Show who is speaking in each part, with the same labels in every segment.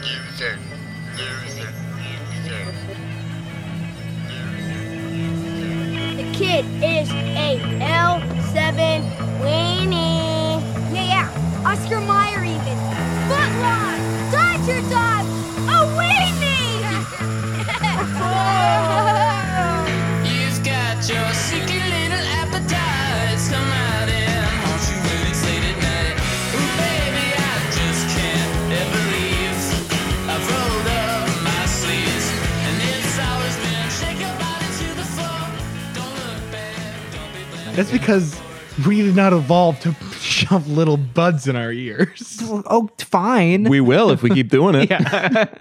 Speaker 1: Music, music, music.
Speaker 2: The kid is a L7 Winnie. Yeah, yeah. Oscar Meyer even. Footlong. Dodger Dog. A weenie.
Speaker 3: You've got your secret little appetite. Come out and haunt you when it's late at night. Ooh, baby, I just can't ever leave. I've rolled up my sleeves, and it's always been shake your body to the floor. Don't look back, don't be blaming.
Speaker 4: That's because we did not evolve to shove little buds in our ears.
Speaker 5: Oh, fine.
Speaker 6: We will if we keep doing it.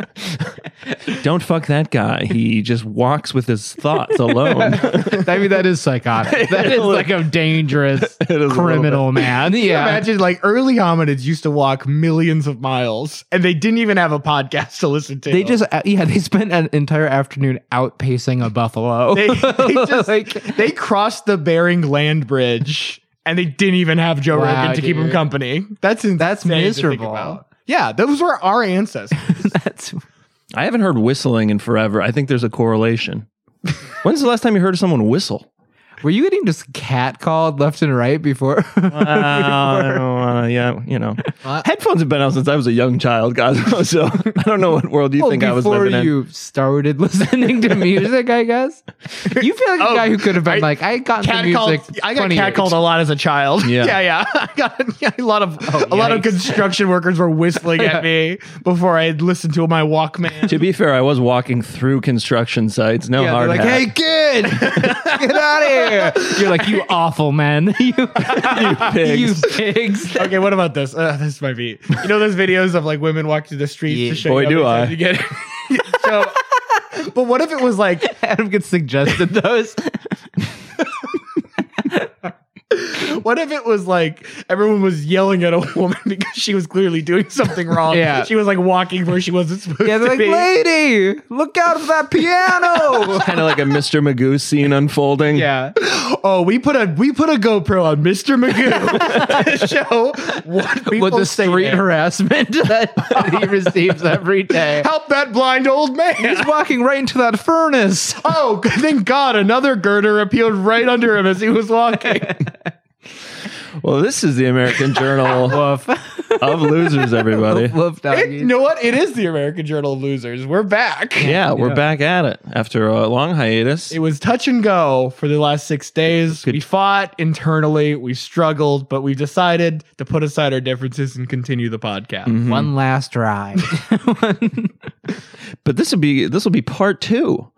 Speaker 6: Don't fuck that guy. He just walks with his thoughts alone.
Speaker 4: I mean, that is psychotic. That is like a dangerous
Speaker 6: little
Speaker 4: criminal, man.
Speaker 5: Yeah.
Speaker 4: Yeah. Imagine like early hominids used to walk millions of miles and they didn't even have a podcast to listen to.
Speaker 5: They just uh, yeah they spent an entire afternoon outpacing a buffalo.
Speaker 4: they, they just
Speaker 5: Like,
Speaker 4: they crossed the Bering Land Bridge and they didn't even have Joe
Speaker 5: Wow,
Speaker 4: Rogan to keep him
Speaker 5: dude.
Speaker 4: company. That's insane
Speaker 5: That's
Speaker 4: to think
Speaker 5: miserable.
Speaker 4: about. Yeah, those were our ancestors.
Speaker 5: that's
Speaker 6: I haven't heard whistling in forever. I think there's a correlation. When's the last time you heard someone whistle?
Speaker 5: were you getting just cat called left and right before?
Speaker 6: Uh, yeah, you know, headphones have been out since I was a young child, guys. So I don't know what world you
Speaker 5: Well,
Speaker 6: think I was
Speaker 5: before
Speaker 6: living in.
Speaker 5: you started listening to music, I guess you feel like a
Speaker 4: Oh,
Speaker 5: guy who could have been
Speaker 4: I-
Speaker 5: like I got into
Speaker 4: Cat called,
Speaker 5: music.
Speaker 4: I got
Speaker 5: 20 years.
Speaker 4: catcalled a lot as a child.
Speaker 6: Yeah.
Speaker 4: yeah, yeah. I got yeah, a lot of a lot of
Speaker 5: Oh, yikes.
Speaker 4: construction workers were whistling at me before I had listened to my Walkman.
Speaker 6: To be fair, I was walking through construction sites. No
Speaker 5: Yeah, they're
Speaker 6: hard
Speaker 5: like,
Speaker 6: hat.
Speaker 5: hey kid, get out of here! You're like you awful men, you
Speaker 6: pigs.
Speaker 5: you pigs.
Speaker 4: Okay, what about this? Uh, this might be. You know those videos of like women walk through the streets
Speaker 5: Yeah.
Speaker 4: to show
Speaker 6: Boy,
Speaker 4: you how
Speaker 6: do
Speaker 4: many
Speaker 6: I.
Speaker 4: times you get it. so, but what if it was like
Speaker 5: Adam gets suggested those.
Speaker 4: What if it was like everyone was yelling at a woman because she was clearly doing something wrong?
Speaker 5: Yeah.
Speaker 4: She was like walking where she wasn't supposed
Speaker 5: Yeah,
Speaker 4: to
Speaker 5: they're like,
Speaker 4: be.
Speaker 5: lady, look out for that piano.
Speaker 6: kind of like a Mr. Magoo scene unfolding.
Speaker 5: yeah.
Speaker 4: Oh, we put a we put a GoPro on Mr. Magoo to show what people
Speaker 5: With the
Speaker 4: say
Speaker 5: street
Speaker 4: there.
Speaker 5: harassment that, that he receives every day.
Speaker 4: Help that blind old man.
Speaker 5: He's walking right into that furnace.
Speaker 4: Oh, thank God, another girder appeared right under him as he was walking.
Speaker 6: Well, this is the American Journal
Speaker 5: Woof.
Speaker 6: of Losers, everybody.
Speaker 5: Woof
Speaker 4: It-
Speaker 5: doggy.
Speaker 4: you know what? It is the American Journal of Losers. We're back.
Speaker 6: Yeah, we're back at it after a long hiatus.
Speaker 4: It was touch and go for the last six days. We fought internally. We struggled, but we decided to put aside our differences and continue the podcast.
Speaker 5: One last ride.
Speaker 6: But this will be this will be part two.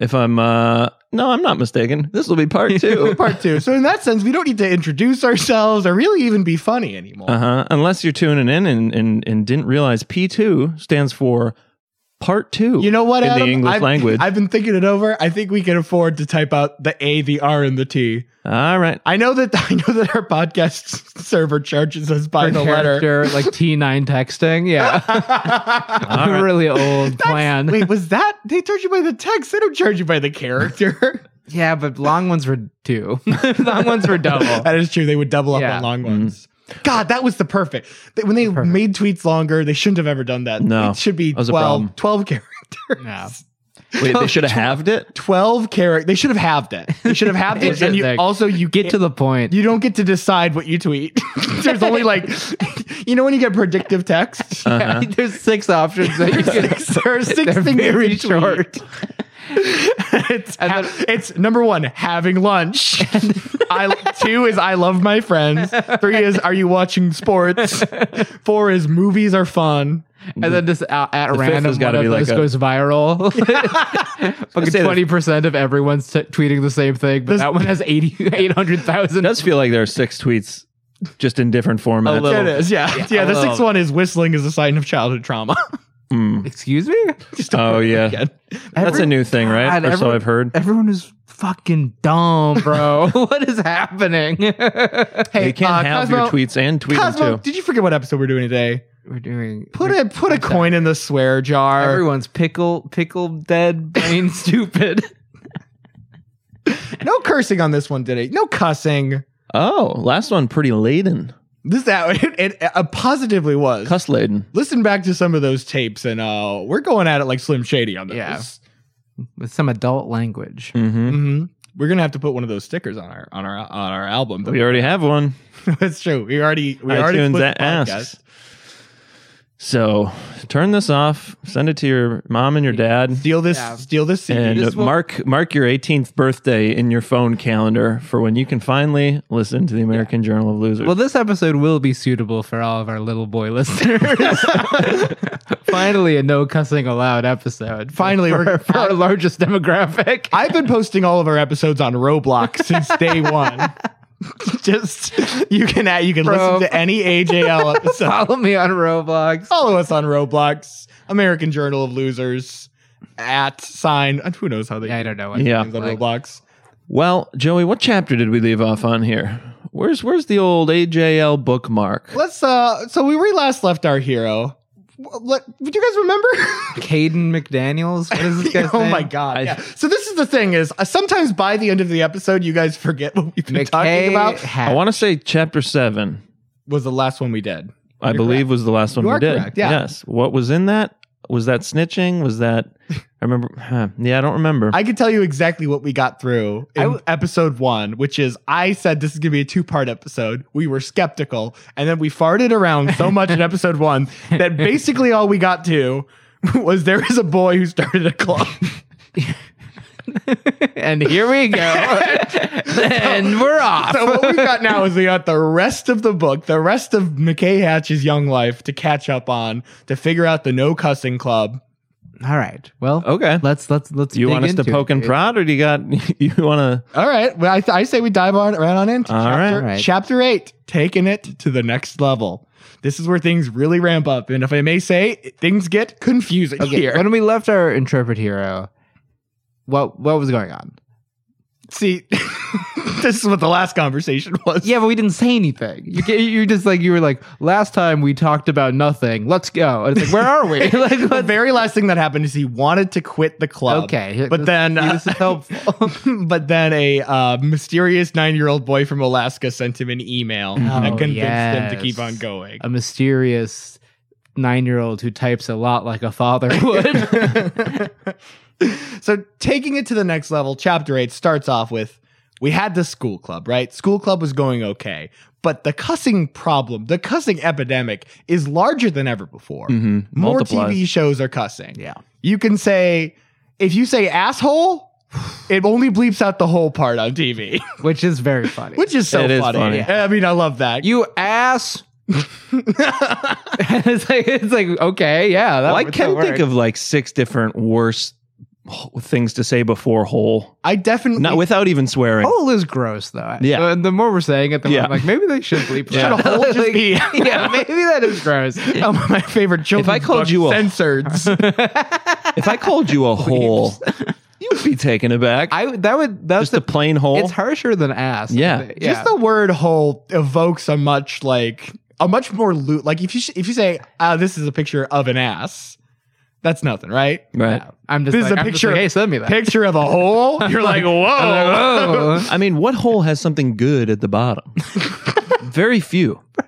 Speaker 6: If I'm uh no, I'm not mistaken. This will be part two.
Speaker 4: Part two. So, in that sense, we don't need to introduce ourselves or really even be funny anymore.
Speaker 6: uh-huh. Unless you're tuning in and, and and didn't realize P two stands for part two.
Speaker 4: You know what?
Speaker 6: In
Speaker 4: Adam?
Speaker 6: the English
Speaker 4: I've,
Speaker 6: language.
Speaker 4: I've been thinking it over. I think we can afford to type out the A, the R, and the T.
Speaker 6: All right.
Speaker 4: I know that I know that our podcast server charges us by the letter.
Speaker 5: Character, like T9 texting. Yeah.
Speaker 6: All right.
Speaker 5: Really old plan.
Speaker 4: Wait, was that they charge you by the text? They don't charge you by the character.
Speaker 5: Yeah, but long ones were two. long ones were double.
Speaker 4: That is true. They would double up
Speaker 5: Yeah.
Speaker 4: on long
Speaker 6: Mm-hmm.
Speaker 4: ones. God, that was the perfect. They, when they made tweets longer, they shouldn't have ever done that.
Speaker 6: No.
Speaker 4: It should be
Speaker 6: That was a
Speaker 4: 12,
Speaker 6: problem.
Speaker 4: 12 characters.
Speaker 5: Yeah.
Speaker 6: Wait, they should have halved it?
Speaker 4: 12 characters. They should have halved it. They should have halved
Speaker 5: They
Speaker 4: it. And
Speaker 5: should,
Speaker 4: you,
Speaker 5: like,
Speaker 4: also, you
Speaker 5: Get to the point.
Speaker 4: You don't get to decide what you tweet. There's only like, you know, when you get predictive text,
Speaker 5: There's six options that you can
Speaker 4: there are six
Speaker 5: Uh-huh. They're
Speaker 4: things you
Speaker 5: very
Speaker 4: can tweet.
Speaker 5: short.
Speaker 4: It's,
Speaker 5: And
Speaker 4: ha-
Speaker 5: then-
Speaker 4: it's number one, having lunch. I two is I love my friends. Three is are you watching sports? Four is movies are fun.
Speaker 5: And then just at, at
Speaker 6: fifth
Speaker 5: random,
Speaker 6: has
Speaker 5: one
Speaker 6: gotta
Speaker 5: of
Speaker 6: be like
Speaker 5: those
Speaker 6: a-
Speaker 5: goes viral. Fucking
Speaker 6: say that-
Speaker 5: twenty percent of everyone's t- tweeting the same thing, but
Speaker 4: Does-
Speaker 5: that one has 80 800,000.
Speaker 6: It does feel like there are six tweets just in different formats.
Speaker 4: It
Speaker 5: little.
Speaker 4: is, yeah. Yeah, the
Speaker 5: little.
Speaker 4: sixth one is whistling is a sign of childhood trauma.
Speaker 5: Excuse me.
Speaker 6: Oh yeah. That's a new thing, right?
Speaker 5: God,
Speaker 6: or so
Speaker 5: everyone-
Speaker 6: I've heard.
Speaker 5: Everyone is fucking dumb, bro. what is happening? hey,
Speaker 6: You can't
Speaker 4: uh,
Speaker 6: have your
Speaker 4: Cosmo-
Speaker 6: tweets and tweet
Speaker 4: Cosmo,
Speaker 6: them too.
Speaker 4: did you forget what episode we're doing today?
Speaker 5: we're doing
Speaker 4: Put a put a coin in the swear jar.
Speaker 5: everyone's pickle pickle dead brain stupid.
Speaker 4: No cursing on this one today. No cussing.
Speaker 6: Oh, last one pretty laden.
Speaker 4: This that it, it uh, positively was.
Speaker 6: Cuss laden.
Speaker 4: Listen back to some of those tapes, and uh, we're going at it like Slim Shady on this.
Speaker 5: Yeah. with some adult language.
Speaker 6: Mm-hmm.
Speaker 4: hmm We're gonna have to put one of those stickers on our on our on our album.
Speaker 6: We already have one.
Speaker 4: That's true. We already we already
Speaker 6: iTunes
Speaker 4: flipped
Speaker 6: that
Speaker 4: the podcast.
Speaker 6: asks. So turn this off. Send it to your mom and your dad.
Speaker 4: Steal this.
Speaker 5: Yeah.
Speaker 4: Steal this CD.
Speaker 6: And uh,
Speaker 5: This will-
Speaker 6: mark mark your 18th birthday in your phone calendar for when you can finally listen to the American Journal of Losers.
Speaker 5: Well, this episode will be suitable for all of our little boy listeners. Finally, a no cussing allowed episode.
Speaker 4: Finally,
Speaker 5: for,
Speaker 4: we're-
Speaker 5: for our largest demographic.
Speaker 4: I've been posting all of our episodes on Roblox since day one. Just you can you can
Speaker 5: Bro.
Speaker 4: listen to any AJL episode.
Speaker 5: Follow me on Roblox.
Speaker 4: Follow us on Roblox, American Journal of Losers, at sign. and Who knows how they
Speaker 5: Yeah, I don't know. What
Speaker 6: Yeah.
Speaker 4: things on
Speaker 5: like-
Speaker 4: Roblox.
Speaker 6: Well, Joey, what chapter did we leave off on here? Where's where's the old AJL bookmark?
Speaker 4: Let's uh. So we, we last left our hero. What, do you guys remember?
Speaker 5: Caden McDaniels. What is this guy's
Speaker 4: oh
Speaker 5: name?
Speaker 4: my god!
Speaker 6: I-
Speaker 4: yeah. So this is the thing: is uh, sometimes by the end of the episode, you guys forget what we've been
Speaker 5: McKay
Speaker 4: talking about.
Speaker 5: Hatt.
Speaker 6: I want to say chapter seven.
Speaker 4: Was the last one we did?
Speaker 6: I believe was the last one
Speaker 4: You
Speaker 6: we
Speaker 4: are
Speaker 6: did.
Speaker 4: correct, yeah.
Speaker 6: Yes. What was in that? Was that snitching? Was that? I remember. huh. yeah, I don't remember.
Speaker 4: I could tell you exactly what we got through in
Speaker 5: I w-
Speaker 4: episode one, which is I said this is gonna be a two-part episode. We were skeptical, and then we farted around so much in episode one that basically all we got to was there is a boy who started a club.
Speaker 5: and here we go. and we're off.
Speaker 4: so what we've got now is we got the rest of the book, the rest of McKay Hatch's young life to catch up on to figure out the no cussing club.
Speaker 5: all right. Well,
Speaker 6: okay.
Speaker 5: let's let's let's.
Speaker 6: Do Oh. you
Speaker 5: dig
Speaker 6: want us to
Speaker 5: into
Speaker 6: poke
Speaker 5: it,
Speaker 6: and
Speaker 5: dude.
Speaker 6: prod, or do you got? You want
Speaker 4: All right. Well, I, th- I say we dive on right on into
Speaker 6: All
Speaker 4: chapter,
Speaker 5: right.
Speaker 4: chapter eight, taking it to the next level. This is where things really ramp up, and if I may say, things get confusing
Speaker 5: Okay,
Speaker 4: here.
Speaker 5: When we left our intrepid hero, what what was going on?
Speaker 4: See, this is what the last conversation was.
Speaker 5: Yeah, but we didn't say anything. You ca- you just like you were like last time we talked about nothing. Let's go. And it's like where are we? like
Speaker 4: The
Speaker 5: what?
Speaker 4: very last thing that happened is he wanted to quit the club.
Speaker 5: Okay, here-
Speaker 4: but
Speaker 5: this-
Speaker 4: then uh,
Speaker 5: see, this is helpful.
Speaker 4: but then a uh, mysterious nine-year-old boy from Alaska sent him an email that convinced him to
Speaker 5: yes.
Speaker 4: keep on going.
Speaker 5: A mysterious nine year old who types a lot like a father would.
Speaker 4: so taking it to the next level, chapter eight starts off with we had the school club, right? School club was going okay, but the cussing problem, the cussing epidemic is larger than ever before.
Speaker 6: Mhm.
Speaker 4: More
Speaker 6: Multiplies.
Speaker 4: TV shows are cussing. Yeah. You can say, if you say asshole, it only bleeps out the whole part on TV,
Speaker 5: which is very funny.
Speaker 4: which is so
Speaker 6: It is
Speaker 4: funny.
Speaker 6: funny.
Speaker 4: I mean, I love that.
Speaker 5: you ass it's like it's like okay, yeah.
Speaker 6: to?
Speaker 5: That,
Speaker 6: Well, I
Speaker 5: that
Speaker 6: can think
Speaker 5: worked.
Speaker 6: of like six different worse wh- things to say before whole,
Speaker 4: I definitely
Speaker 6: not without even swearing.
Speaker 5: Hole is gross though.
Speaker 6: Yeah.
Speaker 5: So, and the more we're saying it, the more
Speaker 6: Yeah.
Speaker 5: I'm like maybe they should bleep.
Speaker 4: Should
Speaker 5: that.
Speaker 4: a hole just
Speaker 5: Like,
Speaker 4: be-
Speaker 5: yeah, maybe that is gross.
Speaker 4: Oh, my favorite children's
Speaker 6: I called
Speaker 4: book,
Speaker 6: you a-
Speaker 4: censored.
Speaker 6: If I called you a hole, you'd be taken aback.
Speaker 5: I would- that would that's
Speaker 6: Just a
Speaker 5: the
Speaker 6: plain hole.
Speaker 5: it's harsher than ass.
Speaker 6: Yeah.
Speaker 5: yeah.
Speaker 4: Just the word "hole" evokes a much like a much more loot. Like if you sh- if you say, "Ah, this is a picture of an ass," that's nothing, right?
Speaker 6: Right.
Speaker 5: Yeah. I'm just
Speaker 4: This is
Speaker 5: like-
Speaker 4: a
Speaker 5: I'm just
Speaker 4: picture.
Speaker 5: like, hey, send me that.
Speaker 4: Picture of a hole. You're like, whoa.
Speaker 5: Oh.
Speaker 6: I mean, what hole has something good at the bottom? Very few.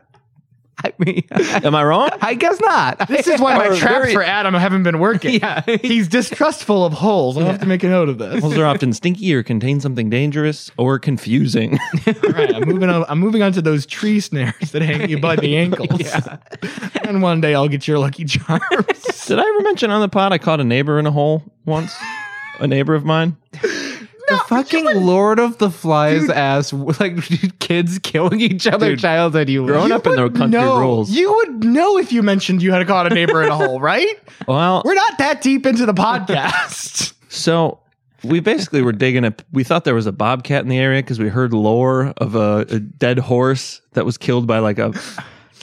Speaker 5: I mean,
Speaker 6: Am I wrong?
Speaker 5: I guess not.
Speaker 4: This is why my
Speaker 6: Or
Speaker 4: traps
Speaker 6: very-
Speaker 4: for Adam haven't been working.
Speaker 5: yeah.
Speaker 4: He's distrustful of holes. I'll have to make a note of this.
Speaker 6: Holes are often stinky or contain something dangerous or confusing.
Speaker 4: All right, I'm moving on. I'm moving on to those tree snares that hang you by the ankles. And one day I'll get your lucky charms.
Speaker 6: Did I ever mention on the pod I caught a neighbor in a hole once? a neighbor of mine?
Speaker 5: the fucking Lord of the Flies ass like dude, kids killing each other
Speaker 6: Dude,
Speaker 5: childhood you
Speaker 6: Growing
Speaker 5: live.
Speaker 6: up in the country
Speaker 4: no,
Speaker 6: rules.
Speaker 4: you would know if you mentioned you had caught a neighbor in a hole, right?
Speaker 6: well,
Speaker 4: We're not that deep into the podcast.
Speaker 6: so we basically were digging a. We thought there was a bobcat in the area because we heard lore of a, a dead horse that was killed by like a.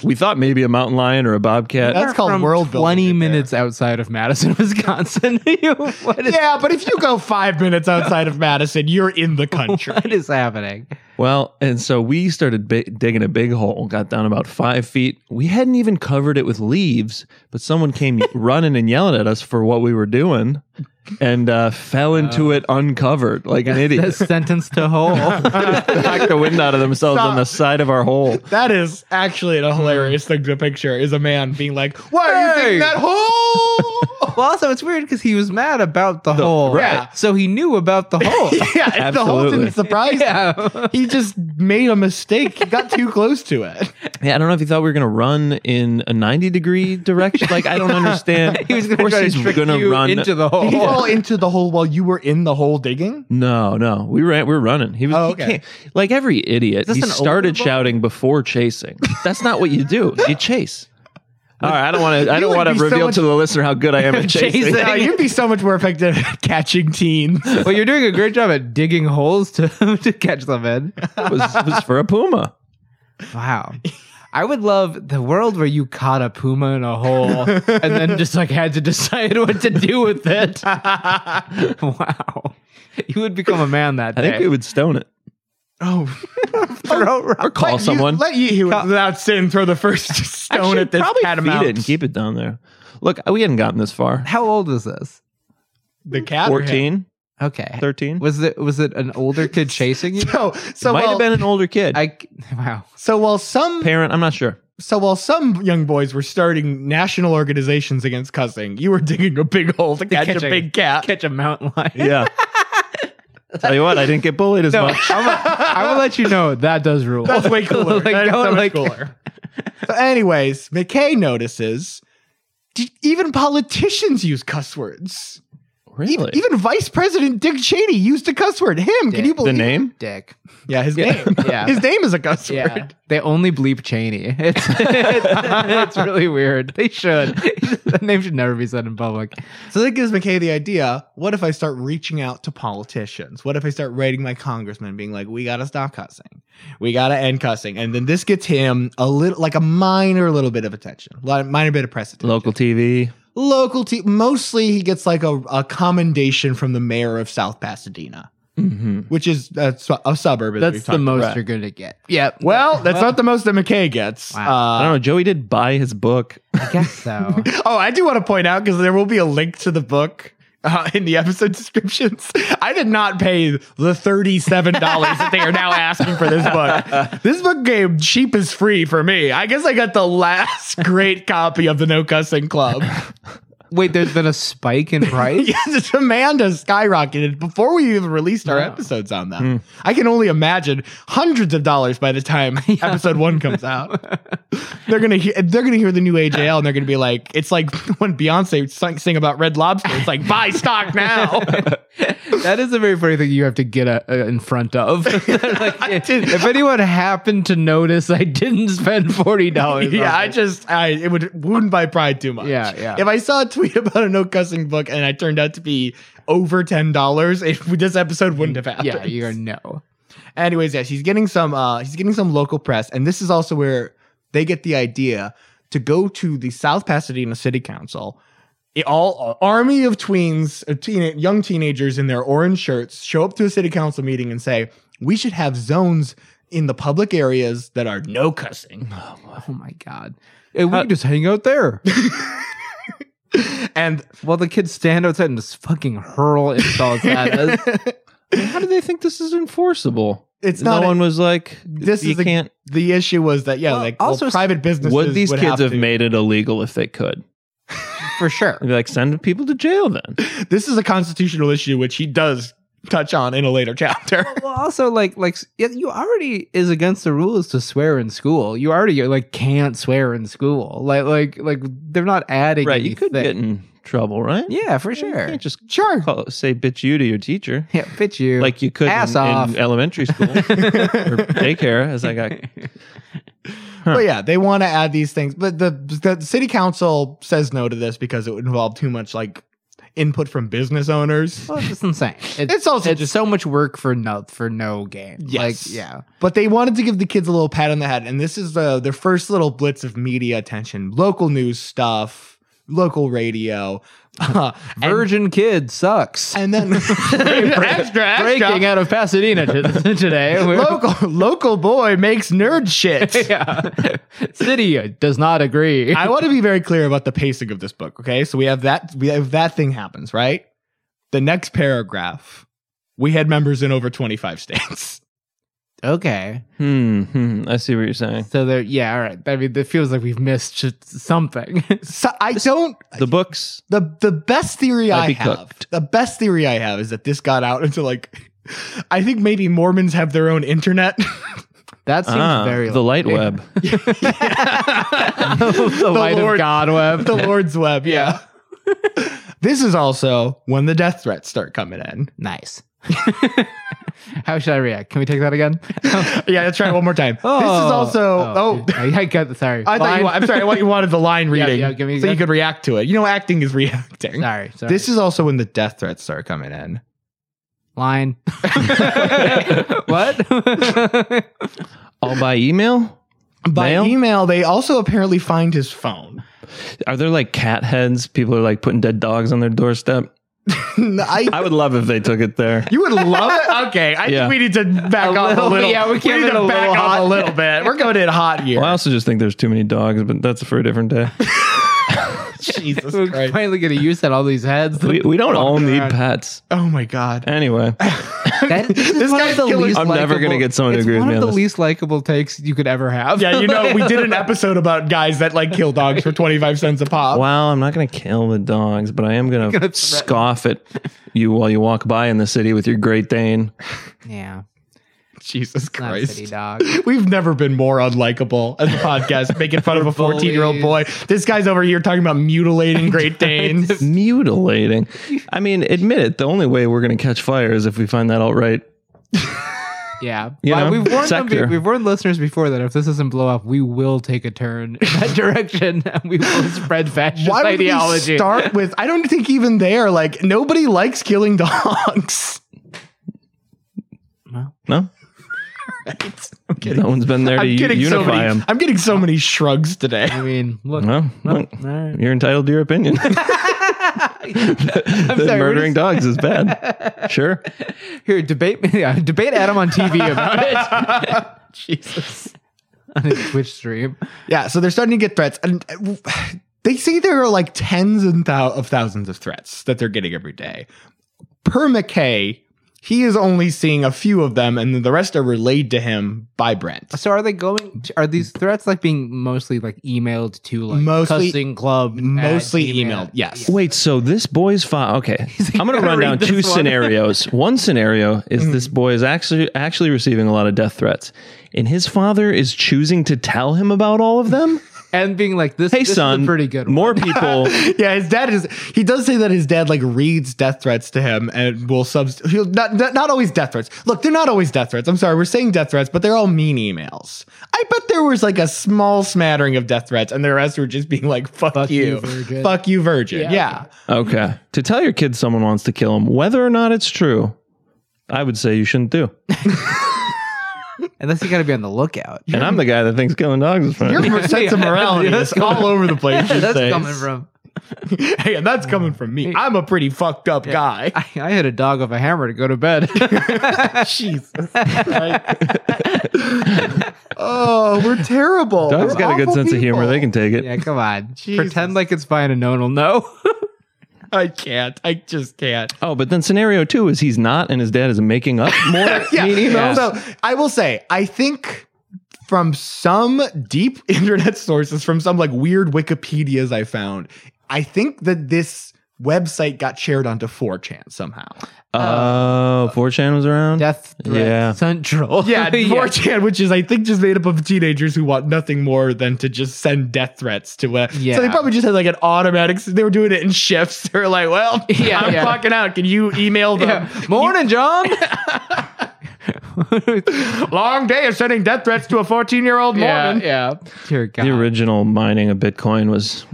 Speaker 6: We thought maybe a mountain lion or a bobcat.
Speaker 4: That's called
Speaker 5: From
Speaker 4: world building
Speaker 5: Twenty
Speaker 4: right there.
Speaker 5: minutes outside of Madison, Wisconsin. You- what is
Speaker 4: yeah, but if you go five minutes outside of Madison, you're in the country.
Speaker 5: what is happening?
Speaker 6: Well, and so we started bi- digging a big hole, got down about five feet. We hadn't even covered it with leaves, but someone came running and yelling at us for what we were doing. and uh, fell into it uncovered like an
Speaker 5: That's
Speaker 6: idiot.
Speaker 5: sentence to hole.
Speaker 6: Knocked the wind out of themselves on the side of our hole.
Speaker 4: That is actually a hilarious thing to picture is a man being like, Why are you
Speaker 5: Hey!
Speaker 4: digging that hole?
Speaker 5: well, also it's weird because he was mad about the, hole,
Speaker 4: right.
Speaker 5: So he knew about the hole.
Speaker 4: yeah, the hole
Speaker 6: Absolutely.
Speaker 4: didn't surprise him.
Speaker 5: yeah.
Speaker 4: He just made a mistake. He got too close to it.
Speaker 6: Yeah, I don't know if he thought we were gonna run in a ninety degree direction. Like I don't understand.
Speaker 5: He was
Speaker 6: Of
Speaker 5: going
Speaker 6: course
Speaker 5: to try
Speaker 6: he's
Speaker 5: to trick
Speaker 6: gonna
Speaker 5: you
Speaker 6: run
Speaker 5: into the
Speaker 4: Did he fall
Speaker 5: hole.
Speaker 4: into the hole while you were in the hole digging?
Speaker 6: No, no, we ran. We were running. He was
Speaker 4: Oh,
Speaker 6: he
Speaker 4: okay.
Speaker 6: can't- like every idiot.
Speaker 5: this
Speaker 6: He
Speaker 5: an
Speaker 6: started
Speaker 5: older boat?
Speaker 6: shouting before chasing. That's not what you do. You chase. All right, I don't want to. I
Speaker 4: You
Speaker 6: don't
Speaker 4: would
Speaker 6: want to
Speaker 4: be so
Speaker 6: reveal
Speaker 4: much-
Speaker 6: to the listener how good I am at chasing.
Speaker 5: Chasing.
Speaker 4: No, you'd be so much more effective at catching teens.
Speaker 5: well, you're doing a great job at digging holes to to catch them in.
Speaker 6: It was, it was for a puma.
Speaker 5: Wow. I would love the world where you caught a puma in a hole and then just like had to decide what to do with it. wow. You would become a man that
Speaker 6: I
Speaker 5: day.
Speaker 6: think we would stone it
Speaker 4: Oh,
Speaker 5: throw rock-
Speaker 6: or call
Speaker 4: let you-
Speaker 6: someone.
Speaker 4: let you who is without sin throw the first stone
Speaker 6: Actually,
Speaker 4: at this
Speaker 6: probably
Speaker 4: catamount.
Speaker 6: feed it and keep it down there. Look, we hadn't gotten this far.
Speaker 5: How old was this?
Speaker 4: the cat. or him?
Speaker 6: 14,
Speaker 5: Okay.
Speaker 6: 13?
Speaker 5: Was it was it an older kid chasing you?
Speaker 4: So, so
Speaker 6: Might
Speaker 4: while,
Speaker 6: have been an older kid.
Speaker 5: I wow.
Speaker 4: so while some
Speaker 6: Parent, I'm not sure.
Speaker 4: so while some young boys were starting national organizations against cussing, you were digging a big hole to catch,
Speaker 5: catch
Speaker 4: a
Speaker 5: a-
Speaker 4: big cat.
Speaker 5: Catch a mountain lion.
Speaker 6: Yeah. Tell you what, I didn't get bullied as
Speaker 5: No, I'm
Speaker 6: much.
Speaker 5: gonna, I'm gonna let you know that does rule.
Speaker 4: That's way cooler.
Speaker 5: Like,
Speaker 4: That is
Speaker 5: don't,
Speaker 4: so much
Speaker 5: like-
Speaker 4: cooler. so, anyways, McKay notices. d- Even politicians use cuss words.
Speaker 6: Really?
Speaker 4: Even Vice President Dick Cheney used a cuss word. Him, can
Speaker 5: Dick.
Speaker 4: you
Speaker 6: the
Speaker 4: believe?
Speaker 6: name?
Speaker 5: Dick.
Speaker 4: Yeah, his name.
Speaker 5: Yeah.
Speaker 4: his name is a cuss
Speaker 5: Yeah,
Speaker 4: word.
Speaker 5: they only bleep Cheney. It's, it's really weird. They should. the name should never be said in public.
Speaker 4: So that gives McKay the idea. What if I start reaching out to politicians? What if I start writing my congressman, being like, "We gotta stop cussing. We gotta end cussing." And then this gets him a little, like a minor little bit of attention, a lot- minor bit of press attention.
Speaker 6: Local TV.
Speaker 4: Local te- mostly he gets like a, a commendation from the mayor of South Pasadena,
Speaker 6: Mm-hmm.
Speaker 4: which is a, su- a suburb. as we've
Speaker 5: That's the
Speaker 4: talked
Speaker 5: most
Speaker 4: about.
Speaker 5: you're gonna get. Yep.
Speaker 4: Well, that's not the most that McKay gets.
Speaker 5: Wow.
Speaker 4: Uh,
Speaker 6: I don't know. Joey did buy his book.
Speaker 5: I guess so.
Speaker 4: Oh, I do want to point out because there will be a link to the book uh, in the episode descriptions. I did not pay the thirty-seven dollars that they are now asking for this book. This book came cheap as free for me. I guess I got the last great copy of the No Cussing Club.
Speaker 5: Wait, there's been a spike in price.
Speaker 4: yeah, the demand has skyrocketed before we even released our
Speaker 5: Wow.
Speaker 4: episodes on that.
Speaker 5: Hmm.
Speaker 4: I can only imagine hundreds of dollars by the time episode one comes out. they're gonna hear they're gonna hear the new AJL and they're gonna be like, it's like when Beyonce sang, sing about Red Lobster. It's like buy stock now.
Speaker 5: that is a very funny thing you have to get uh, uh, in front of. Like, if, if anyone happened to notice, I didn't spend forty dollars.
Speaker 4: yeah, I just I it would wound my pride too much.
Speaker 5: Yeah, yeah.
Speaker 4: If I saw a tweet about a no cussing book and I turned out to be over ten dollars, this episode wouldn't have happened.
Speaker 5: yeah, you're no.
Speaker 4: Anyways, yes, he's getting some uh he's getting some local press, and this is also where they get the idea to go to the South Pasadena City Council. It all a army of tweens, uh, teen, young teenagers in their orange shirts show up to a city council meeting and say, "We should have zones in the public areas that are no cussing."
Speaker 5: Oh my god. Hey, we can just hang out there
Speaker 4: And
Speaker 5: while the kids stand outside and just fucking hurl insults at us.
Speaker 6: How do they think this is enforceable?
Speaker 4: It's
Speaker 6: no
Speaker 4: not a-
Speaker 6: one was like,
Speaker 4: This
Speaker 6: you
Speaker 4: is a-
Speaker 6: can't.
Speaker 4: the issue was that yeah,
Speaker 5: Well,
Speaker 4: like well,
Speaker 5: also-
Speaker 4: private businesses
Speaker 6: Would these kids have
Speaker 4: to-
Speaker 6: made it illegal if they could?
Speaker 5: for sure.
Speaker 6: They'd be like, send people to jail then.
Speaker 4: This is a constitutional issue, which he does touch on in a later chapter.
Speaker 5: Well, also like like yeah, you already is against the rules to swear in school. You already like can't swear in school. Like like like they're not adding.
Speaker 6: Right. You could get
Speaker 5: anything.
Speaker 6: in trouble, right?
Speaker 5: Yeah, for
Speaker 6: You
Speaker 5: sure.
Speaker 6: can't just
Speaker 4: sure.
Speaker 6: call, say bitch you to your teacher
Speaker 5: Yeah, fit you.
Speaker 6: like you could
Speaker 5: Ass
Speaker 6: in,
Speaker 5: off.
Speaker 6: in elementary school or daycare, as I got.
Speaker 4: But yeah, they want to add these things, but the the city council says no to this because it would involve too much like input from business owners.
Speaker 5: well, it's just insane.
Speaker 4: It's also
Speaker 5: it's
Speaker 4: just-
Speaker 5: so much work for no for no gain.
Speaker 4: Yes.
Speaker 5: Like yeah.
Speaker 4: But they wanted to give the kids a little pat on the head, and this is the their first little blitz of media attention, local news stuff, local radio, Uh, and,
Speaker 5: Virgin kid sucks.
Speaker 4: and then extra, extra.
Speaker 5: Breaking out of Pasadena to, today. We're-
Speaker 4: local local boy makes nerd shit.
Speaker 5: yeah. City does not agree.
Speaker 4: I want to be very clear about the pacing of this book. Okay, so we have that we have that thing happens right. the next paragraph, we had members in over 25 states.
Speaker 5: Okay.
Speaker 6: Hmm, hmm. I see what you're saying.
Speaker 5: So there, yeah, all right. I mean, it feels like we've missed just something.
Speaker 4: So I don't
Speaker 6: The books.
Speaker 4: the the best theory
Speaker 6: I'd
Speaker 4: I
Speaker 6: be
Speaker 4: have.
Speaker 6: cooked.
Speaker 4: The best theory I have is that this got out into like I think maybe Mormons have their own internet.
Speaker 5: That seems
Speaker 6: Ah,
Speaker 5: very
Speaker 6: the light
Speaker 5: likely.
Speaker 6: web.
Speaker 5: the, light
Speaker 4: Lord-
Speaker 5: of God web.
Speaker 4: the Lord's web, yeah. this is also when the death threats start coming in.
Speaker 5: nice. How should I react? Can we take that again?
Speaker 4: Yeah, let's try it one more time. this is also oh,
Speaker 5: I, I got sorry.
Speaker 4: I thought you, wa- I'm sorry. I want you wanted the line
Speaker 5: Yeah,
Speaker 4: reading,
Speaker 5: yeah, give me
Speaker 4: so you
Speaker 5: that.
Speaker 4: could react to it. You know, acting is reacting.
Speaker 5: sorry. Sorry.
Speaker 4: This is also when the death threats start coming in.
Speaker 5: line. what?
Speaker 6: All by email?
Speaker 4: By
Speaker 6: Mail?
Speaker 4: email, they also apparently find his phone.
Speaker 6: Are there like cat heads? People are like putting dead dogs on their doorstep.
Speaker 4: I,
Speaker 6: I would love if they took it there.
Speaker 4: you would love it. Okay, I
Speaker 6: Yeah.
Speaker 4: think we need to back off
Speaker 5: little-
Speaker 4: a little.
Speaker 5: yeah, we came
Speaker 4: need
Speaker 5: in
Speaker 4: to
Speaker 5: a
Speaker 4: back
Speaker 5: little
Speaker 4: off
Speaker 5: hot.
Speaker 4: a little bit. We're going in hot here.
Speaker 6: Well, I also just think there's too many dogs, but that's for a different day.
Speaker 4: Jesus
Speaker 5: We're
Speaker 4: Christ!
Speaker 5: finally gonna use that all these heads.
Speaker 6: We, we don't all need
Speaker 5: around.
Speaker 6: pets.
Speaker 4: Oh my God!
Speaker 6: Anyway,
Speaker 5: That, this
Speaker 4: This
Speaker 5: is one
Speaker 4: guy's
Speaker 5: of the
Speaker 4: killing-
Speaker 5: least
Speaker 6: I'm never gonna
Speaker 5: likable-
Speaker 6: get someone to
Speaker 5: it's
Speaker 6: agree with
Speaker 5: one
Speaker 6: me
Speaker 5: of
Speaker 6: on
Speaker 5: the
Speaker 6: this.
Speaker 5: least likable takes you could ever have.
Speaker 4: Yeah, you know, we did an episode about guys that like kill dogs for twenty five cents a pop.
Speaker 6: well, I'm not going to kill the dogs, but I am going
Speaker 5: gonna
Speaker 6: to
Speaker 5: threaten-
Speaker 6: scoff at you while you walk by in the city with your Great Dane.
Speaker 5: yeah.
Speaker 4: Jesus
Speaker 5: Not city
Speaker 4: Christ!
Speaker 5: dog.
Speaker 4: We've never been more unlikable as a podcast, making fun of a 14 year old boy.
Speaker 5: Bullies.
Speaker 4: This guy's over here talking about mutilating Great Danes.
Speaker 6: Mutilating. I mean, admit it. The only way we're going to catch fire is if we find that outright.
Speaker 5: Yeah,
Speaker 6: You
Speaker 5: Well,
Speaker 6: know,
Speaker 5: we've warned them,
Speaker 6: sector.
Speaker 5: we've warned listeners before that if this doesn't blow up, we will take a turn in that direction and we will spread fascist
Speaker 4: Why would
Speaker 5: ideology.
Speaker 4: we start with? I don't think even there, like nobody likes killing dogs.
Speaker 6: No?
Speaker 4: I'm kidding.
Speaker 6: No one's been there to
Speaker 4: I'm
Speaker 6: u-
Speaker 4: getting
Speaker 6: unify
Speaker 4: so many.
Speaker 6: them.
Speaker 4: I'm getting so many shrugs today.
Speaker 5: I mean, look,
Speaker 6: Well, look,
Speaker 5: all right.
Speaker 6: you're entitled to your opinion.
Speaker 5: I'm
Speaker 6: That
Speaker 5: sorry, we're
Speaker 6: murdering dogs is bad. Sure.
Speaker 5: just- here debate me, yeah, debate Adam on TV about it
Speaker 4: Jesus.
Speaker 5: on his Twitch stream.
Speaker 4: Yeah, so they're starting to get threats, and they say there are like tens and thou- of thousands of threats that they're getting every day. Per McKay, he is only seeing a few of them, and then the rest are relayed to him by Brent.
Speaker 5: So are they going? To, are these threats like being mostly like emailed to like
Speaker 4: Mostly-
Speaker 5: cussing club? at
Speaker 4: Mostly
Speaker 5: Gmail?
Speaker 4: emailed, yes.
Speaker 6: Wait, so this boy's file. Okay, I'm gonna
Speaker 5: "You gotta
Speaker 6: run down
Speaker 5: read
Speaker 6: two
Speaker 5: this one." Mm-hmm.
Speaker 6: scenarios. One scenario is this boy is actually actually receiving a lot of death threats, and his father is choosing to tell him about all of them.
Speaker 5: and being like this.
Speaker 6: Hey,
Speaker 5: this
Speaker 6: son,
Speaker 5: is a pretty good. one.
Speaker 6: More people.
Speaker 4: Yeah, his dad is. He does say that his dad like reads death threats to him and will subs. He'll not, not not always death threats. Look, they're not always death threats. I'm sorry, we're saying death threats, but they're all mean emails. I bet there was like a small smattering of death threats, and the rest were just being like, "Fuck,
Speaker 5: Fuck
Speaker 4: you,
Speaker 5: you, virgin."
Speaker 4: fuck you, virgin." Yeah,
Speaker 5: Yeah.
Speaker 6: Okay, to tell your kid someone wants to kill him, whether or not it's true, I would say you shouldn't do.
Speaker 5: unless you got to be on the lookout.
Speaker 6: And I'm the guy that thinks killing dogs is fun.
Speaker 4: your sense of morality is all over the place. these
Speaker 5: That's
Speaker 4: days.
Speaker 5: coming from.
Speaker 4: Hey, and that's coming from me. I'm a pretty fucked up guy.
Speaker 5: I, I hit a dog with a hammer to go to bed.
Speaker 4: Jesus. Christ. oh, we're terrible.
Speaker 6: Dogs
Speaker 4: We're
Speaker 6: got a good
Speaker 4: awful
Speaker 6: sense of humor;
Speaker 4: people.
Speaker 6: they can take it.
Speaker 5: yeah, come on.
Speaker 4: Jesus.
Speaker 5: Pretend like it's fine and no one will know.
Speaker 4: I can't. I just can't.
Speaker 6: Oh, but then scenario two is he's not, and his dad is making up more mean emails.
Speaker 4: So I will say, I think from some deep internet sources, from some like weird Wikipedias I found, I think that this website got shared onto 4chan somehow.
Speaker 6: Oh, 4chan was around.
Speaker 5: Death threat
Speaker 6: Yeah.
Speaker 5: central.
Speaker 4: Yeah, 4chan, which is I think just made up of teenagers who want nothing more than to just send death threats to. Uh,
Speaker 5: Yeah.
Speaker 4: So they probably just had like an automatic. They were doing it in shifts. They were like, "Well,
Speaker 5: Yeah,
Speaker 4: I'm
Speaker 5: yeah.
Speaker 4: fucking out. Can you email them?"
Speaker 5: Yeah. Morning, John.
Speaker 4: Long day of sending death threats to a 14 year old
Speaker 5: yeah,
Speaker 4: Mormon.
Speaker 5: yeah. Dear God.
Speaker 6: The original mining of Bitcoin was